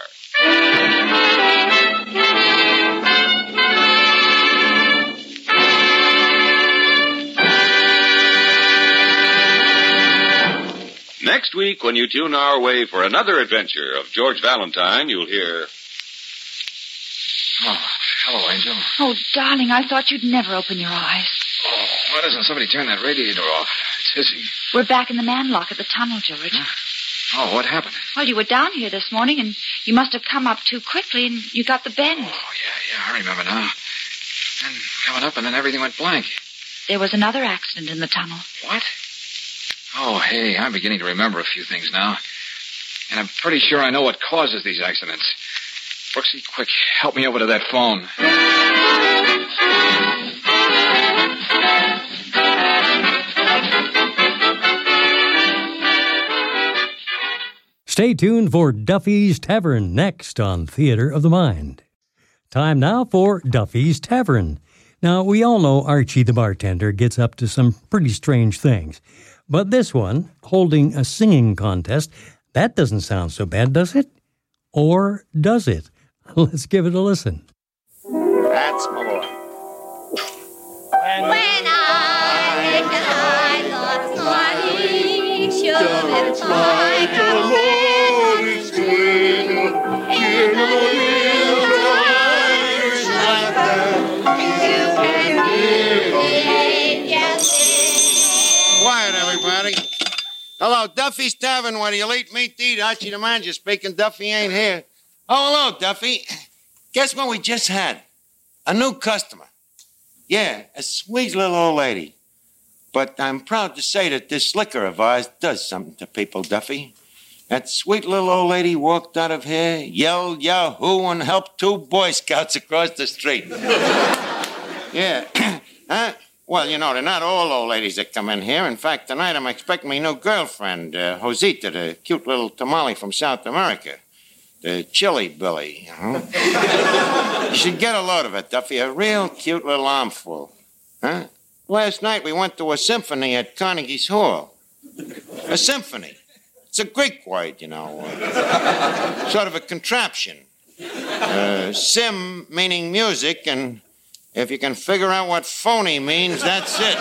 [SPEAKER 3] Next week, when you tune our way for another adventure of George Valentine, you'll hear.
[SPEAKER 12] Oh, hello, Angel.
[SPEAKER 5] Oh, darling, I thought you'd never open your eyes.
[SPEAKER 12] Oh, why doesn't somebody turn that radiator off? It's hissing.
[SPEAKER 6] We're back in the man lock at the tunnel, George.
[SPEAKER 12] Oh, what happened?
[SPEAKER 6] Well, you were down here this morning, and you must have come up too quickly, and you got the bend.
[SPEAKER 12] Yeah, Oh, I remember now. And coming up, and then everything went blank.
[SPEAKER 6] There was another accident in the tunnel.
[SPEAKER 12] What? Oh, hey, I'm beginning to remember a few things now. And I'm pretty sure I know what causes these accidents. Brooksy, quick, help me over to that phone.
[SPEAKER 2] Stay tuned for Duffy's Tavern next on Theater of the Mind. Time now for Duffy's Tavern. Now, we all know Archie the bartender gets up to some pretty strange things. But this one, holding a singing contest, that doesn't sound so bad, does it? Or does it? [laughs] Let's give it a listen.
[SPEAKER 13] That's my boy.
[SPEAKER 9] oh.
[SPEAKER 14] When I and I lost my picture, it's like a rolling swing in a river's like You can be the
[SPEAKER 15] Quiet, everybody. Hello, Duffy's Tavern, where the elite meet to eat. Archie the manager speaking. Duffy ain't here. Oh, hello, Duffy. Guess what we just had? A new customer. Yeah, a sweet little old lady. But I'm proud to say that this liquor of ours does something to people, Duffy. That sweet little old lady walked out of here, yelled Yahoo, and helped two Boy Scouts across the street. yeah. [coughs] huh? Well, you know, they're not all old ladies that come in here. In fact, tonight I'm expecting my new girlfriend, uh, Josita, the cute little tamale from South America. The chili billy, you know. you should get a load of it, Duffy. A real cute little armful. Huh? Last night we went to a symphony at Carnegie's Hall. A symphony. It's a Greek word, you know. uh, sort of a contraption. Uh, sim meaning music, and if you can figure out what phony means, that's it.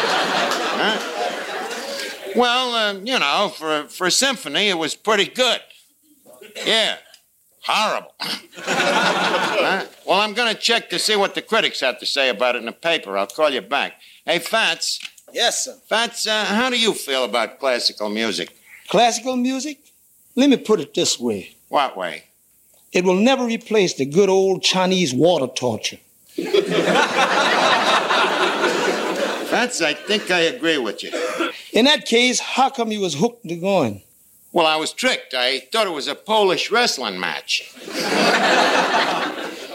[SPEAKER 15] Huh? Well, uh, you know, for, for a symphony, it was pretty good. Yeah. Horrible. [laughs] Huh? Well, I'm going to check to see what the critics have to say about it in the paper. I'll call you back. Hey, Fats. Yes, sir. Fats, uh, how do you feel about classical music?
[SPEAKER 16] Classical music? Let me put it this way.
[SPEAKER 15] What way?
[SPEAKER 16] It will never replace the good old Chinese water torture.
[SPEAKER 15] Fats, I think I agree with you.
[SPEAKER 16] In that case, how come you was hooked to going?
[SPEAKER 15] Well, I was tricked. I thought it was a Polish wrestling match.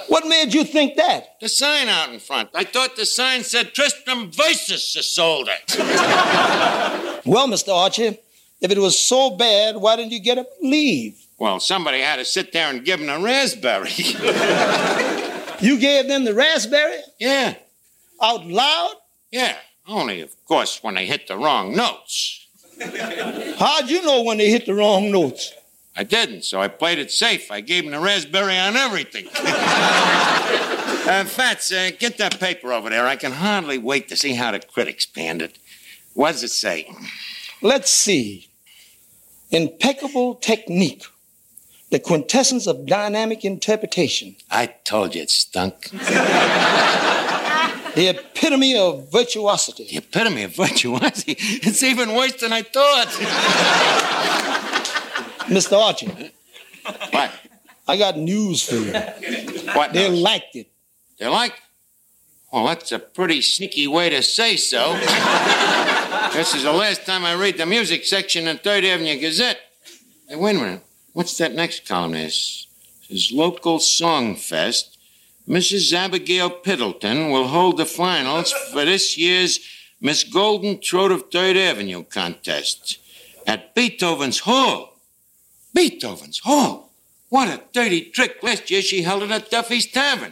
[SPEAKER 16] What made you think that?
[SPEAKER 15] The sign out in front. I thought the sign said Tristram versus Isolde.
[SPEAKER 16] Well, Mr. Archie, if it was so bad, why didn't you get up and leave?
[SPEAKER 15] Well, somebody had to sit there and give him a raspberry. [laughs]
[SPEAKER 16] You gave them the raspberry? Oh,
[SPEAKER 15] Yeah.
[SPEAKER 16] [laughs] Out loud?
[SPEAKER 15] yeah, only, of course, when they hit the wrong notes.
[SPEAKER 16] How'd you know when they hit the wrong notes?
[SPEAKER 15] I didn't, so I played it safe. I gave him the raspberry
[SPEAKER 16] [laughs]
[SPEAKER 15] on everything. uh, Fats, uh, get that paper over there. I can hardly wait to see how the critics panned it. What does it say?
[SPEAKER 16] Let's see. Impeccable technique. The quintessence of dynamic interpretation.
[SPEAKER 15] I told you it stunk.
[SPEAKER 16] [laughs] The epitome of virtuosity.
[SPEAKER 15] The epitome of virtuosity? It's even worse than I thought.
[SPEAKER 16] Mr. Archie,
[SPEAKER 15] what?
[SPEAKER 16] I got news for you.
[SPEAKER 15] What?
[SPEAKER 16] They
[SPEAKER 15] now?
[SPEAKER 16] liked it.
[SPEAKER 15] They like? Well, that's a pretty sneaky way to say [laughs] so. this is the last time I read the music section in Third Avenue Gazette. Hey, wait a minute. What's that next column is? It says local song fest. Mrs. Abigail Piddleton will hold the finals for this year's Miss Golden Throat of Third Avenue contest at Beethoven's Hall. Beethoven's Hall? What a dirty trick. Last year she held it at Duffy's Tavern.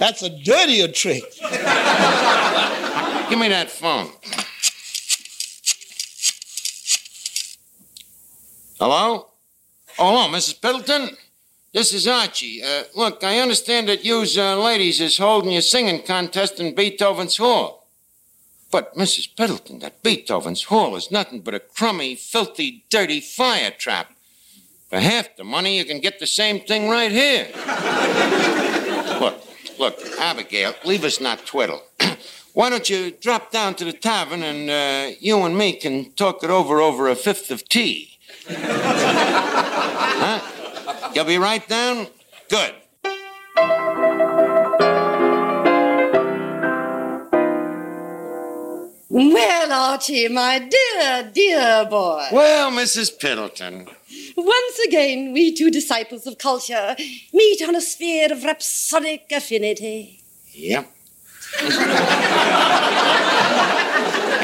[SPEAKER 16] That's a dirtier trick.
[SPEAKER 15] Give me that phone. Hello? Oh, hello, Mrs. Piddleton. This is Archie. Uh, look, I understand that you uh, ladies is holding your singing contest in Beethoven's Hall. But, Mrs. Piddleton, that Beethoven's Hall is nothing but a crummy, filthy, dirty fire trap. For half the money, you can get the same thing right here. [laughs] look, look, Abigail, leave us not twiddle. Why don't you drop down to the tavern and uh, you and me can talk it over over a fifth of tea? huh? You'll be right down? Good.
[SPEAKER 17] Well, Archie, my dear, dear boy.
[SPEAKER 15] Well, Mrs. Piddleton,
[SPEAKER 17] Once again, we two disciples of culture meet on a sphere of rhapsodic affinity. [laughs]
[SPEAKER 15] Yep.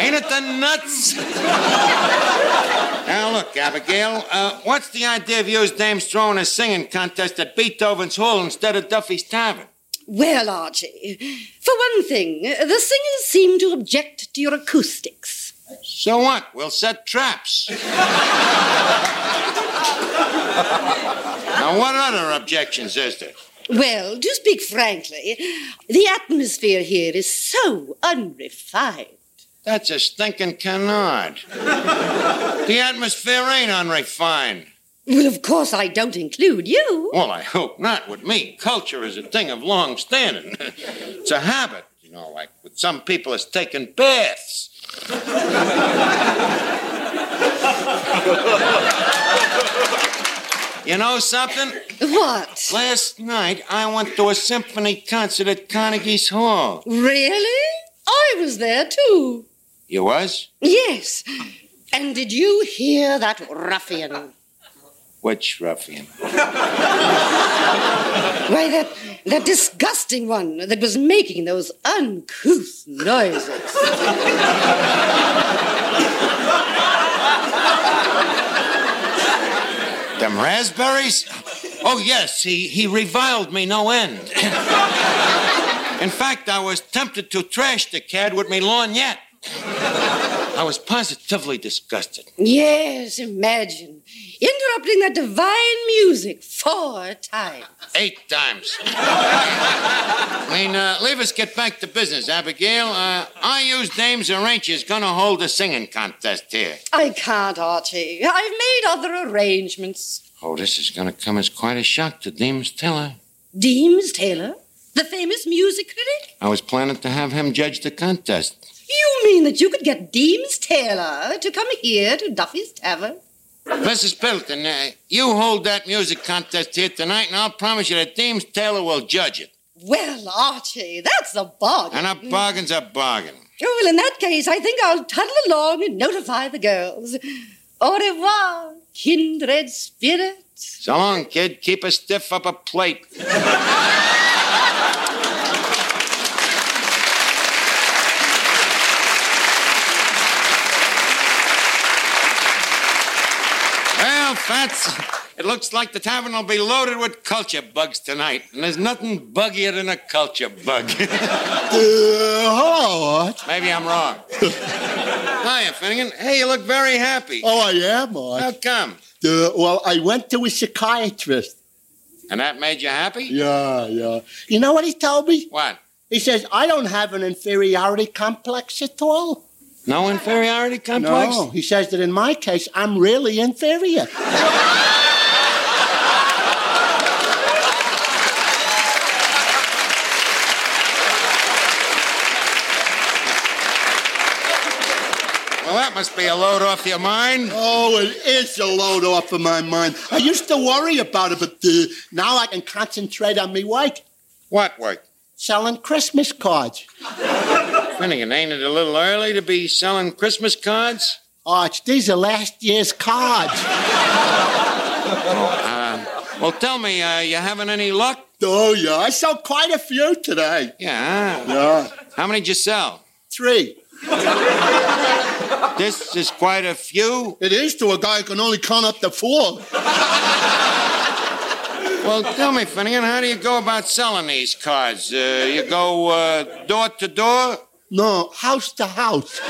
[SPEAKER 15] Ain't it the nuts? now look, Abigail, uh, what's the idea of you dames throwing a singing contest at Beethoven's Hall instead of Duffy's Tavern?
[SPEAKER 17] Well, Archie, for one thing, the singers seem to object to your acoustics.
[SPEAKER 15] So what? We'll set traps. now what other objections is there?
[SPEAKER 17] Well, to speak frankly, the atmosphere here is so unrefined.
[SPEAKER 15] That's a stinking canard. the atmosphere ain't unrefined.
[SPEAKER 17] Well, of course, I don't include you.
[SPEAKER 15] Well, I hope not with me. Culture is a thing of long standing. [laughs] it's a habit, you know, like with some people it's taking baths. [laughs] you know something?
[SPEAKER 17] What?
[SPEAKER 15] Last night I went to a symphony concert at Carnegie's Hall.
[SPEAKER 17] Really? I was there too.
[SPEAKER 15] You was?
[SPEAKER 17] Yes. And did you hear that ruffian?
[SPEAKER 15] Which ruffian?
[SPEAKER 17] Why, that, that disgusting one that was making those uncouth noises.
[SPEAKER 15] Them raspberries? Oh, yes, he, he reviled me no end. In fact, I was tempted to trash the cad with me lorgnette. I was positively disgusted.
[SPEAKER 17] Yes, imagine. Interrupting that divine music four times.
[SPEAKER 15] Eight times. I mean, uh, leave us get back to business, Abigail. Uh, I use dames arranges gonna hold a singing contest here.
[SPEAKER 17] I can't, Archie. I've made other arrangements.
[SPEAKER 15] Oh, this is gonna come as quite a shock to Deems Teller.
[SPEAKER 17] Deems Taylor, the famous music critic?
[SPEAKER 15] I was planning to have him judge the contest.
[SPEAKER 17] You mean that you could get Deems Taylor to come here to Duffy's Tavern?
[SPEAKER 15] Mrs. Pilton, uh, you hold that music contest here tonight, and I'll promise you that Deems Taylor will judge it.
[SPEAKER 17] Well, Archie, that's a bargain.
[SPEAKER 15] And a bargain's a bargain.
[SPEAKER 17] Oh, well, in that case, I think I'll toddle along and notify the girls. Au revoir, kindred spirit.
[SPEAKER 15] So long, kid. Keep a stiff upper plate. well, Fats, it looks like the tavern will be loaded with culture bugs tonight, and there's nothing buggier than a culture bug. [laughs]
[SPEAKER 18] Uh,
[SPEAKER 15] Maybe I'm wrong. Hiya, Finnegan. Hey, you look very happy.
[SPEAKER 18] Oh, I am, Arch.
[SPEAKER 15] How come?
[SPEAKER 18] Uh, well, I went to a psychiatrist.
[SPEAKER 15] And that made you happy?
[SPEAKER 18] Yeah, yeah. You know what he told me?
[SPEAKER 15] What?
[SPEAKER 18] He says, I don't have an inferiority complex at all.
[SPEAKER 15] No inferiority complex?
[SPEAKER 18] No. He says that in my case, I'm really inferior.
[SPEAKER 15] Well, that must be a load off your mind.
[SPEAKER 18] Oh, it is a load off of my mind. I used to worry about it, but uh, now I can concentrate on me work.
[SPEAKER 15] What work?
[SPEAKER 18] selling Christmas cards.
[SPEAKER 15] Finnegan, ain't it a little early to be selling Christmas cards?
[SPEAKER 18] Arch, these are last year's cards.
[SPEAKER 15] [laughs] Uh, well, tell me, uh, you having any luck?
[SPEAKER 18] Oh, yeah, I sold quite a few today.
[SPEAKER 15] Yeah.
[SPEAKER 18] Yeah.
[SPEAKER 15] How many did you sell?
[SPEAKER 18] Three.
[SPEAKER 15] This is quite a few.
[SPEAKER 18] It is to a guy who can only count up to four.
[SPEAKER 15] Well, tell me, Finnegan, how do you go about selling these cards? Uh, you go uh, door to door?
[SPEAKER 18] No, house to house.
[SPEAKER 15] [laughs]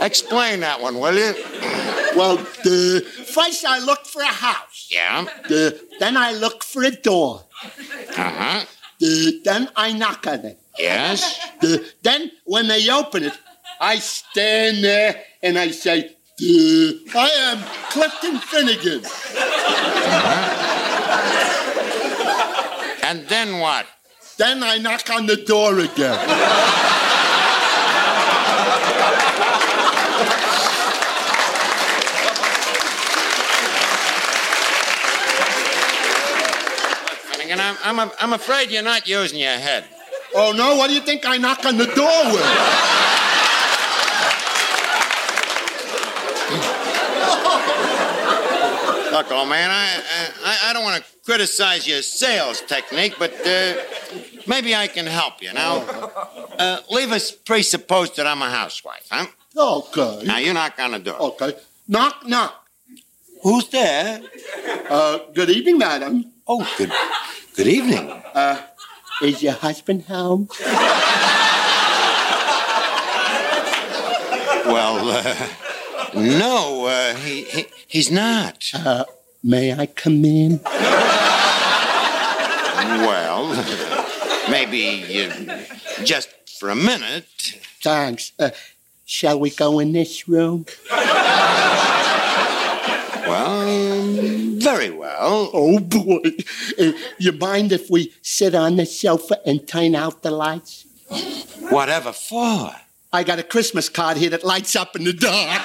[SPEAKER 15] Explain that one, will you?
[SPEAKER 18] Well, the, first I looked for a house.
[SPEAKER 15] Yeah.
[SPEAKER 18] The, then I looked for a door.
[SPEAKER 15] Uh huh.
[SPEAKER 18] The, then I knock on it.
[SPEAKER 15] Yes.
[SPEAKER 18] The, then when they open it, I stand there and I say, "The- I am Clifton Finnegan.
[SPEAKER 15] Uh-huh. And then what?
[SPEAKER 18] Then I knock on the door again.
[SPEAKER 15] Finnegan, I'm, I'm, a, I'm afraid you're not using your head.
[SPEAKER 18] Oh no, what do you think I knock on the door with?
[SPEAKER 15] Look, old man, I, I, I don't want to criticize your sales technique, but uh, maybe I can help you. Now, uh, leave us presuppose that I'm a housewife, huh?
[SPEAKER 18] Okay.
[SPEAKER 15] Now, you knock on the door.
[SPEAKER 18] Okay. Knock, knock.
[SPEAKER 15] Who's there?
[SPEAKER 18] Uh, good evening, madam.
[SPEAKER 15] Oh, good, good evening.
[SPEAKER 18] Uh, is your husband home?
[SPEAKER 15] Well, uh, no, uh, he, he, he's not.
[SPEAKER 18] Uh, may I come in?
[SPEAKER 15] Well, [laughs] maybe uh, just for a minute.
[SPEAKER 18] Thanks. Uh, shall we go in this room?
[SPEAKER 15] Well, very well.
[SPEAKER 18] Oh boy. Uh, you mind if we sit on the sofa and turn out the lights?
[SPEAKER 15] Whatever for?
[SPEAKER 18] I got a Christmas card here that lights up in the dark.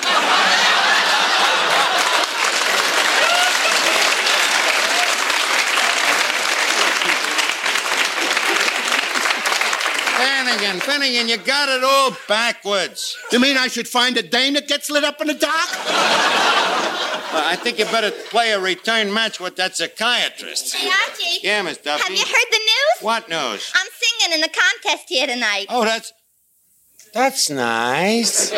[SPEAKER 15] Finnegan, Finnegan, you got it all backwards.
[SPEAKER 18] You mean I should find a dame that gets lit up in the dark?
[SPEAKER 15] Uh, I think you better play a return match with that psychiatrist.
[SPEAKER 19] Hey, Archie.
[SPEAKER 15] Yeah, Miss Duffy.
[SPEAKER 19] Have you heard the news? Uh,
[SPEAKER 15] What news?
[SPEAKER 19] I'm singing in the contest here tonight.
[SPEAKER 15] Oh, that's that's nice.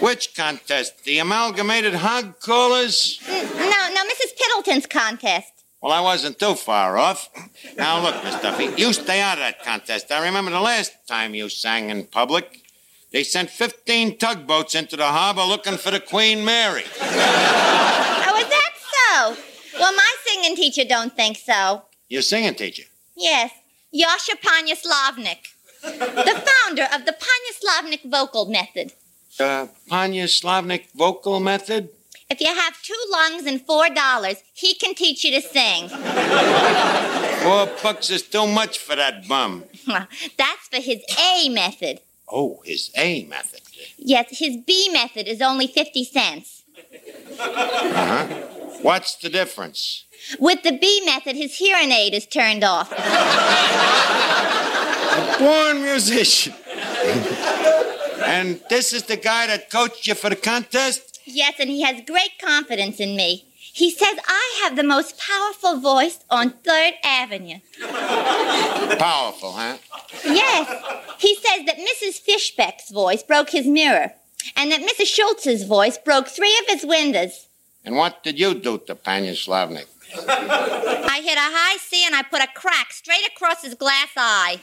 [SPEAKER 15] Which contest? The amalgamated hog callers?
[SPEAKER 19] Mm, No, no, Mrs. Piddleton's contest.
[SPEAKER 15] Well, I wasn't too far off. Now, look, Miss Duffy, you stay out of that contest. I remember the last time you sang in public. They sent 15 tugboats into the harbor looking for the Queen Mary.
[SPEAKER 19] Oh, is that so? Well, my singing teacher don't think so.
[SPEAKER 15] Your singing teacher.
[SPEAKER 19] Yes, Yasha Panyaslavnik, the founder of the Panyaslavnik vocal method.
[SPEAKER 15] The Panya Slavnik vocal method?
[SPEAKER 19] If you have two lungs and four dollars, he can teach you to sing.
[SPEAKER 15] Four bucks is too much for that bum.
[SPEAKER 19] Well, That's for his A method.
[SPEAKER 15] Oh, his A method.
[SPEAKER 19] Yes, his B method is only 50 cents.
[SPEAKER 15] Uh-huh. What's the difference?
[SPEAKER 19] With the B method, his hearing aid is turned off.
[SPEAKER 15] Born musician. [laughs] and this is the guy that coached you for the contest?
[SPEAKER 19] Yes, and he has great confidence in me. He says I have the most powerful voice on Third Avenue.
[SPEAKER 15] Powerful, huh?
[SPEAKER 19] Yes, he says that Mrs. Fishbeck's voice broke his mirror, and that Mrs. Schultz's voice broke three of his windows.
[SPEAKER 15] And what did you do to Panya Slavnik?
[SPEAKER 19] I hit a high C and I put a crack straight across his glass eye.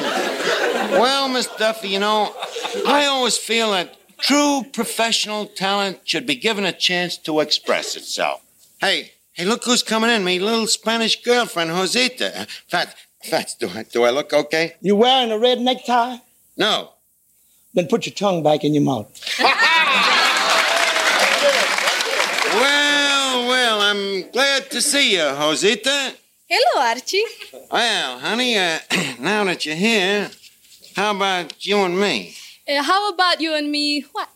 [SPEAKER 15] Well, Miss Duffy, you know, I always feel that true professional talent should be given a chance to express itself. Hey, hey, look who's coming in, my little Spanish girlfriend, Josita. Uh, Fat, Fats, do I, do I look okay?
[SPEAKER 16] You wearing a red necktie?
[SPEAKER 15] No.
[SPEAKER 16] Then put your tongue back in your mouth.
[SPEAKER 15] Well, well, I'm glad to see you, Josita.
[SPEAKER 20] Hello, Archie.
[SPEAKER 15] Well, honey, uh, [clears throat] now that you're here, how about you and me?
[SPEAKER 20] Uh, how about you and me? What?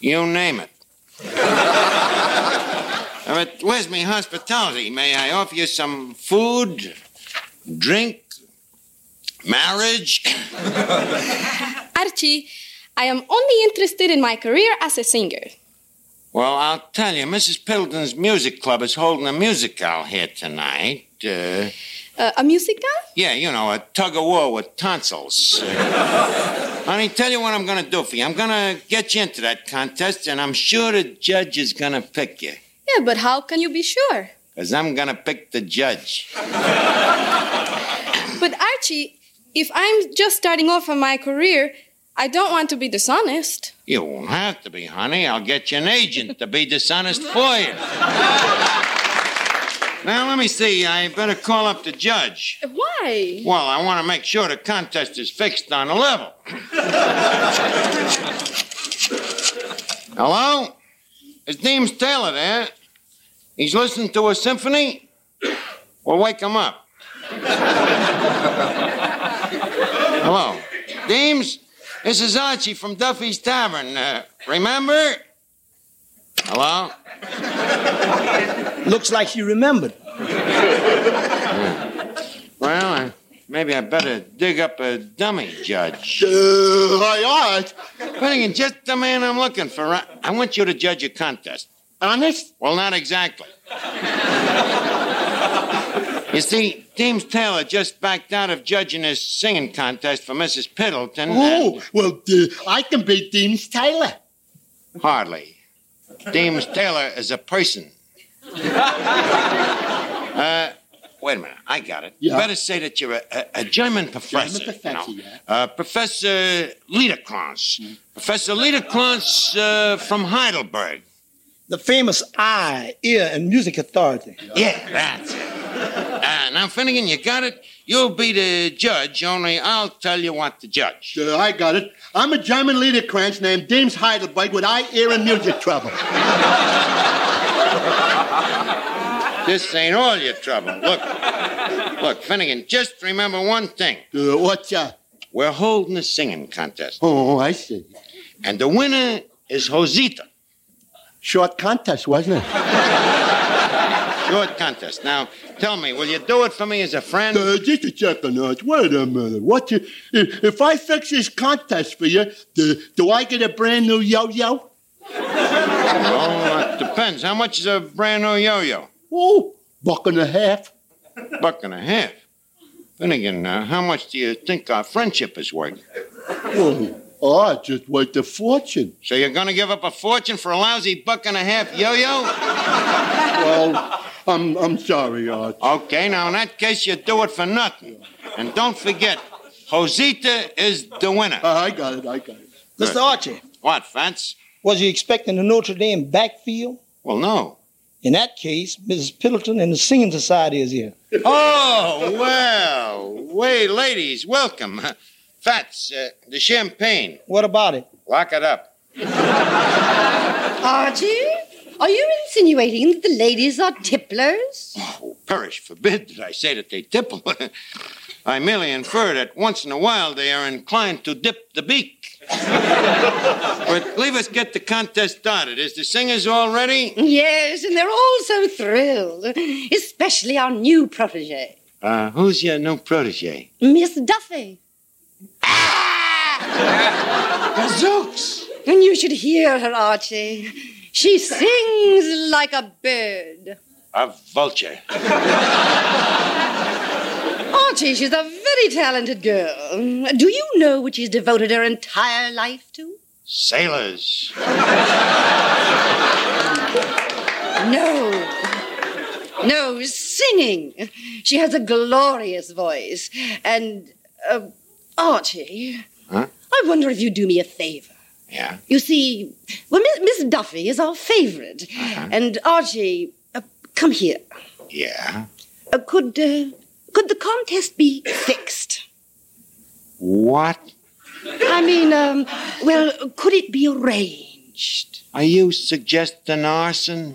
[SPEAKER 15] You name it. [laughs] Uh, But where's my hospitality? May I offer you some food, drink, marriage?
[SPEAKER 20] Archie, I am only interested in my career as a singer.
[SPEAKER 15] Well, I'll tell you, Mrs. Pendleton's Music Club is holding a musical here tonight. Uh,
[SPEAKER 20] Uh, a musical?
[SPEAKER 15] yeah, you know, a tug of war with tonsils. [laughs] Uh, honey, tell you what I'm going to do for you. I'm going to get you into that contest, and I'm sure the judge is going to pick you.
[SPEAKER 20] Yeah, but how can you be sure?
[SPEAKER 15] Because I'm going to pick the judge.
[SPEAKER 20] But Archie, if I'm just starting off on my career, I don't want to be dishonest.
[SPEAKER 15] You won't have to be, honey. I'll get you an agent to be dishonest for you. Now, let me see. I better call up the judge.
[SPEAKER 20] Why?
[SPEAKER 15] Well, I want to make sure the contest is fixed on a level. Hello? Is Deems Taylor there? He's listening to a symphony? Well, wake him up. [laughs] Hello? Deems, this is Archie from Duffy's Tavern. Uh, remember? Hello?
[SPEAKER 16] Looks like you remembered.
[SPEAKER 15] Well, I, maybe I better dig up a dummy judge.
[SPEAKER 18] Uh, I
[SPEAKER 15] ought. Finnegan, just the man I'm looking for. I, I want you to judge a contest. Honest? Well, not exactly. you see, James Taylor just backed out of judging his singing contest for Mrs. Piddleton.
[SPEAKER 18] Oh, well, uh, I can beat Deems Taylor.
[SPEAKER 15] Hardly. James Taylor is a person. uh, wait a minute, I got it. You
[SPEAKER 18] Yeah.
[SPEAKER 15] better say that you're a, a, a German professor.
[SPEAKER 18] German professor, Mm-hmm.
[SPEAKER 15] you know. uh, professor Liederkranz. Professor Liederkranz uh, from Heidelberg.
[SPEAKER 16] The famous eye, ear, and music authority.
[SPEAKER 15] Yeah, that's it. Uh, now, Finnegan, you got it? You'll be the judge, only I'll tell you what to judge.
[SPEAKER 18] Uh, I got it. I'm a German Liederkranz named Deems Heidelberg with eye, ear, and music trouble.
[SPEAKER 15] This ain't all your trouble. Look, look, Finnegan, just remember one thing.
[SPEAKER 18] Uh, what's that?
[SPEAKER 15] We're holding a singing contest.
[SPEAKER 18] Oh, I see.
[SPEAKER 15] And the winner is Josita.
[SPEAKER 18] Short contest, wasn't it?
[SPEAKER 15] Short contest. Now, tell me, will you do it for me as a friend?
[SPEAKER 18] Uh, just a second, Arch. Wait a minute. What you, if, if I fix this contest for you, do, do I get a brand new yo-yo?
[SPEAKER 15] Well, Oh, it depends. How much is a brand new yo-yo?
[SPEAKER 18] Oh, buck and a half.
[SPEAKER 15] Buck and a half. Finnegan, uh, how much do you think our friendship is worth?
[SPEAKER 18] Oh, Arch, it's worth a fortune.
[SPEAKER 15] So you're going to give up a fortune for a lousy buck and a half yo-yo?
[SPEAKER 18] Well, I'm, I'm sorry, Arch.
[SPEAKER 15] Okay, now in that case, you do it for nothing. And don't forget, Josita is the winner.
[SPEAKER 18] I got it, I got it.
[SPEAKER 16] Mr. Archie.
[SPEAKER 15] What, Fence?
[SPEAKER 16] Was you expecting a Notre Dame backfield?
[SPEAKER 15] Well, no.
[SPEAKER 16] In that case, Mrs. Piddleton and the Singing Society is here.
[SPEAKER 15] Oh, well, way, ladies, welcome. Fats, uh, the champagne.
[SPEAKER 16] What about it?
[SPEAKER 15] Lock it up.
[SPEAKER 17] Archie, are you insinuating that the ladies are tipplers? [laughs]
[SPEAKER 15] Perish forbid that I say that they tipple. [laughs] I merely infer that once in a while they are inclined to dip the beak. [laughs] but leave us get the contest started. Is the singers all ready?
[SPEAKER 17] Yes, and they're all so thrilled, especially our new protege,
[SPEAKER 15] Uh, who's your new protege?
[SPEAKER 17] Miss Duffy.
[SPEAKER 15] Gazooks!
[SPEAKER 17] And you should hear her, Archie. She sings like a bird.
[SPEAKER 15] A vulture.
[SPEAKER 17] Archie, she's a very talented girl. Do you know what she's devoted her entire life to?
[SPEAKER 15] Sailors.
[SPEAKER 17] No. No, singing. She has a glorious voice. And, uh, Archie,
[SPEAKER 15] Huh?
[SPEAKER 17] I wonder if you'd do me a favor.
[SPEAKER 15] Yeah.
[SPEAKER 17] You see, well, Miss, Miss Duffy is our favorite.
[SPEAKER 15] Uh-huh.
[SPEAKER 17] And, Archie, uh, come here.
[SPEAKER 15] Yeah.
[SPEAKER 17] Uh, could, uh, could the contest be fixed?
[SPEAKER 15] What
[SPEAKER 17] I mean, um, well, could it be arranged?
[SPEAKER 15] are you suggesting arson?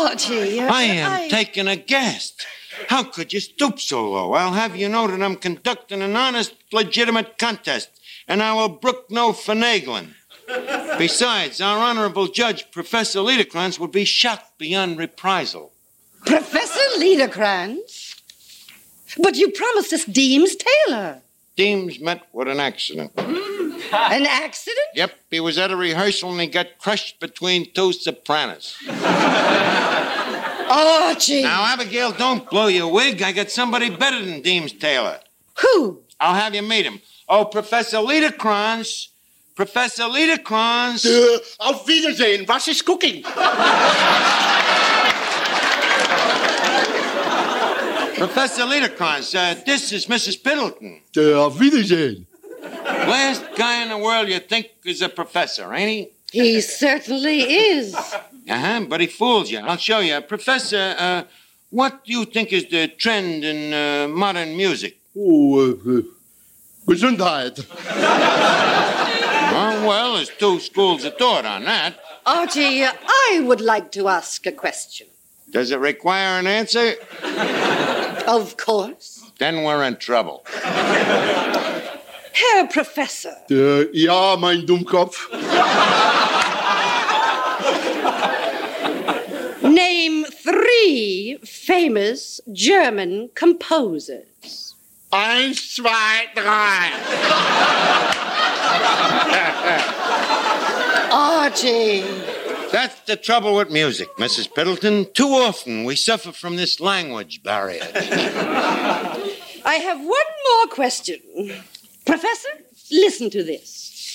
[SPEAKER 17] Archie, uh,
[SPEAKER 15] I am taken aghast. How could you stoop so low? I'll have you know that I'm conducting an honest, legitimate contest, and I will brook no finagling. Besides, our honorable judge, Professor Liederkranz, would be shocked beyond reprisal.
[SPEAKER 17] Professor Liederkranz? But you promised us Deems Taylor.
[SPEAKER 15] Deems met with an accident.
[SPEAKER 17] An accident?
[SPEAKER 15] Yep, he was at a rehearsal and he got crushed between two sopranos.
[SPEAKER 17] Archie!
[SPEAKER 15] Now, Abigail, don't blow your wig. I got somebody better than Deems Taylor.
[SPEAKER 17] Who?
[SPEAKER 15] I'll have you meet him. Oh, Professor Liederkranz. Professor Liederkranz.
[SPEAKER 18] Auf Wiedersehen. Was Uh, is cooking?
[SPEAKER 15] Professor Liederkranz, uh, this is Mrs. Piddleton.
[SPEAKER 18] Auf Wiedersehen.
[SPEAKER 15] Last guy in the world you think is a professor, ain't he?
[SPEAKER 17] He certainly is.
[SPEAKER 15] Uh-huh, but he fools you. I'll show you. Professor, uh, what do you think is the trend in uh, modern music?
[SPEAKER 18] Oh, uh, uh, Gesundheit.
[SPEAKER 15] Oh, well, there's two schools of thought on that.
[SPEAKER 17] Archie, Oh, I would like to ask a question.
[SPEAKER 15] Does it require an answer?
[SPEAKER 17] Of course.
[SPEAKER 15] Then we're in trouble.
[SPEAKER 17] Herr Professor,
[SPEAKER 18] Äh, ja, mein Dummkopf.
[SPEAKER 17] name three famous German composers.
[SPEAKER 18] Eins, zwei, drei.
[SPEAKER 17] Oh, Archie.
[SPEAKER 15] That's the trouble with music, Mrs. Piddleton. Too often we suffer from this language barrier.
[SPEAKER 17] I have one more question. Professor, listen to this.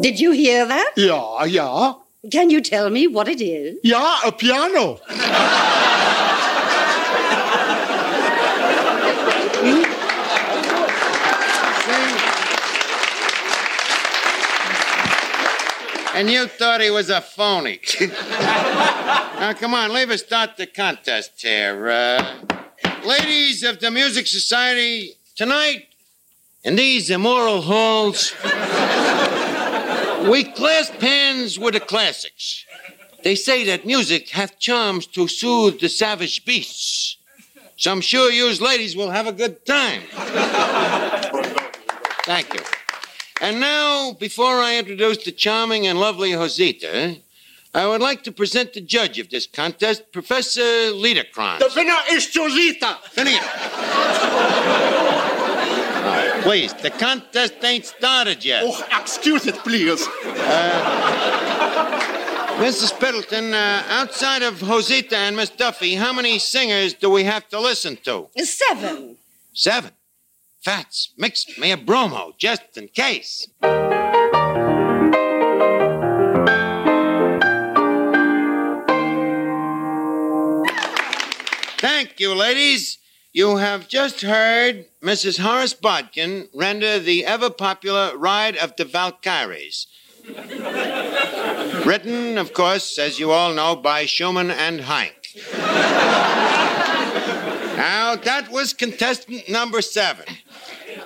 [SPEAKER 17] Did you hear that?
[SPEAKER 18] Ja, ja.
[SPEAKER 17] Can you tell me what it is?
[SPEAKER 18] [laughs] Ja, a piano.
[SPEAKER 15] and you thought he was a phony. [laughs] now, come on, leave us start the contest here. Uh, ladies of the Music Society, tonight, in these immoral halls, we clasp hands with the classics. They say that music hath charms to soothe the savage beasts. So I'm sure you ladies will have a good time. Thank you. And now, before I introduce the charming and lovely Josita, I would like to present the judge of this contest, Professor Liederkranz.
[SPEAKER 18] The winner is Josita.
[SPEAKER 15] Please, the contest ain't started yet.
[SPEAKER 18] Oh, excuse it, please.
[SPEAKER 15] Mrs. Piddleton, uh, outside of Josita and Miss Duffy, how many singers do we have to listen to?
[SPEAKER 17] Seven.
[SPEAKER 15] Seven. Fats, mix me a bromo, just in case. Thank you, ladies. You have just heard Mrs. Horace Bodkin render the ever popular Ride of the Valkyries. Written, of course, as you all know, by Schumann and Heinck. Now, that was contestant number seven.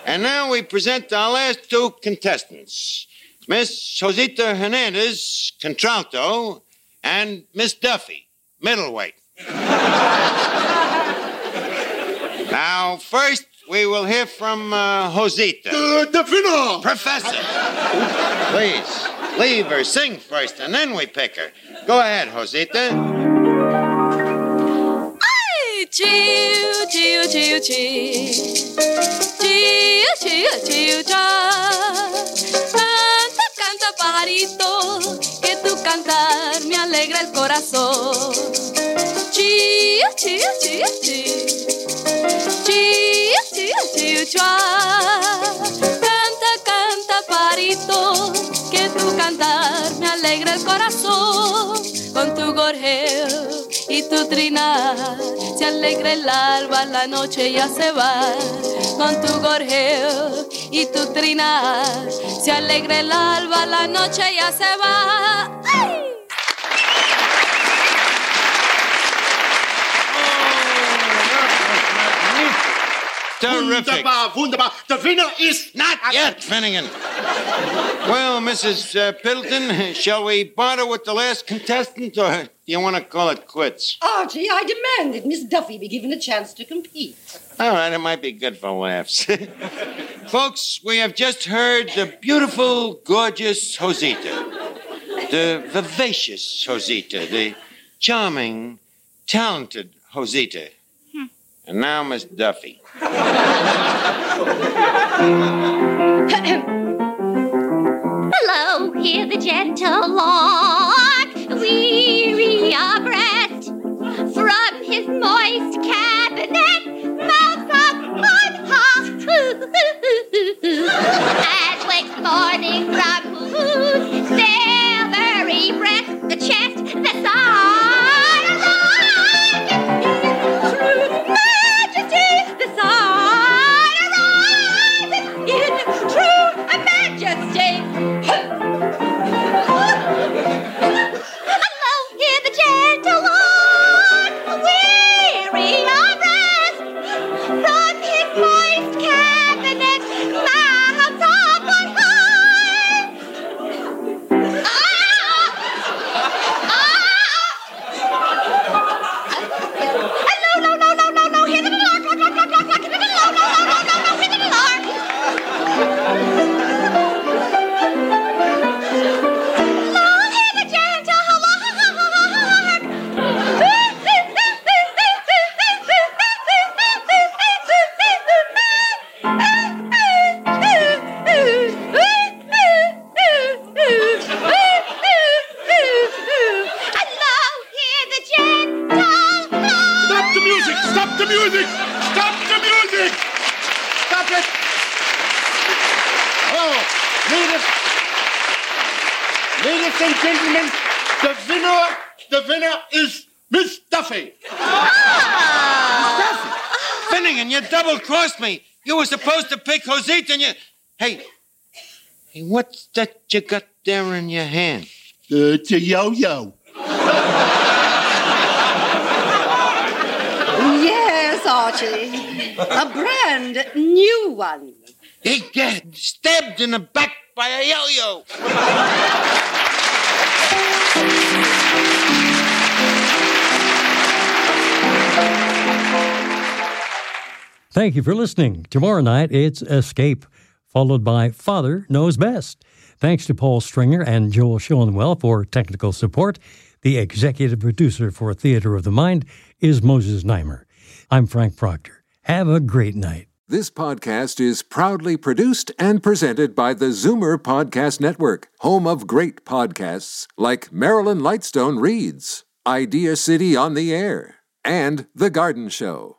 [SPEAKER 15] And now we present our last two contestants Miss Josita Hernandez, contralto, and Miss Duffy, middleweight. now, first, we will hear from uh, Josita.
[SPEAKER 18] The, the winner!
[SPEAKER 15] Professor! Please, leave her sing first, and then we pick her. Go ahead, Josita.
[SPEAKER 14] Chiu, chiu, chiu, chiu. Chiu, chiu, chiu, cha. Canta, canta, pajarito, que tu cantar me alegra el corazón. Chiu, chiu, chiu, chiu. Chiu, chiu, chiu, cha. Canta, canta, pajarito, que tu cantar me alegra el corazón. Con tu gorjeo y tu trinar se alegra el alba, la noche ya se va. Con tu gorjeo y tu trinar se alegra el alba, la noche ya se va. ¡Ay!
[SPEAKER 15] Terrific.
[SPEAKER 18] Wunderbar, wunderbar. The winner is
[SPEAKER 15] not yet, Finnegan. Well, Mrs. Uh, Piddleton, shall we barter with the last contestant, or do you want to call it quits?
[SPEAKER 17] Archie, I demand that Miss Duffy be given a chance to compete.
[SPEAKER 15] All right, it might be good for laughs. [laughs] Folks, we have just heard the beautiful, gorgeous Josita, the vivacious Josita, the charming, talented Josita. And now Miss Duffy.
[SPEAKER 21] [laughs] Hello, hear the gentle lark, weary of rest, from his moist cabinet, mouth up on hawk. and wakes morning from whose silvery breast, the chest, the sigh, alive, true majesty, the sigh in true majesty. Hello, hear the gentle Lord, weary of rest from his moist cabinet, mouth up on high. Hello, no, no, no, no, no, hear the alarm, no, no, no, no, no, no, no, hear the alarm.
[SPEAKER 18] Stop the music! Stop the music! Stop the music! Stop it! Oh, ladies, ladies and gentlemen, the winner, the winner is Miss Duffy.
[SPEAKER 15] Finnegan, you double crossed me. You were supposed to pick Josita and you. Hey, hey, what's that you got there in your hand?
[SPEAKER 18] It's a yo-yo.
[SPEAKER 17] Yes, Archie. A brand new one.
[SPEAKER 15] He got stabbed in the back by a yo-yo.
[SPEAKER 2] Thank you for listening. Tomorrow night, it's Escape, followed by Father Knows Best. Thanks to Paul Stringer and Joel Schoenwell for technical support. The executive producer for Theater of the Mind is Moses Neimer. I'm Frank Proctor. Have a great night.
[SPEAKER 1] This podcast is proudly produced and presented by the Zoomer Podcast Network, home of great podcasts like Marilyn Lightstone Reads, Idea City on the Air, and The Garden Show.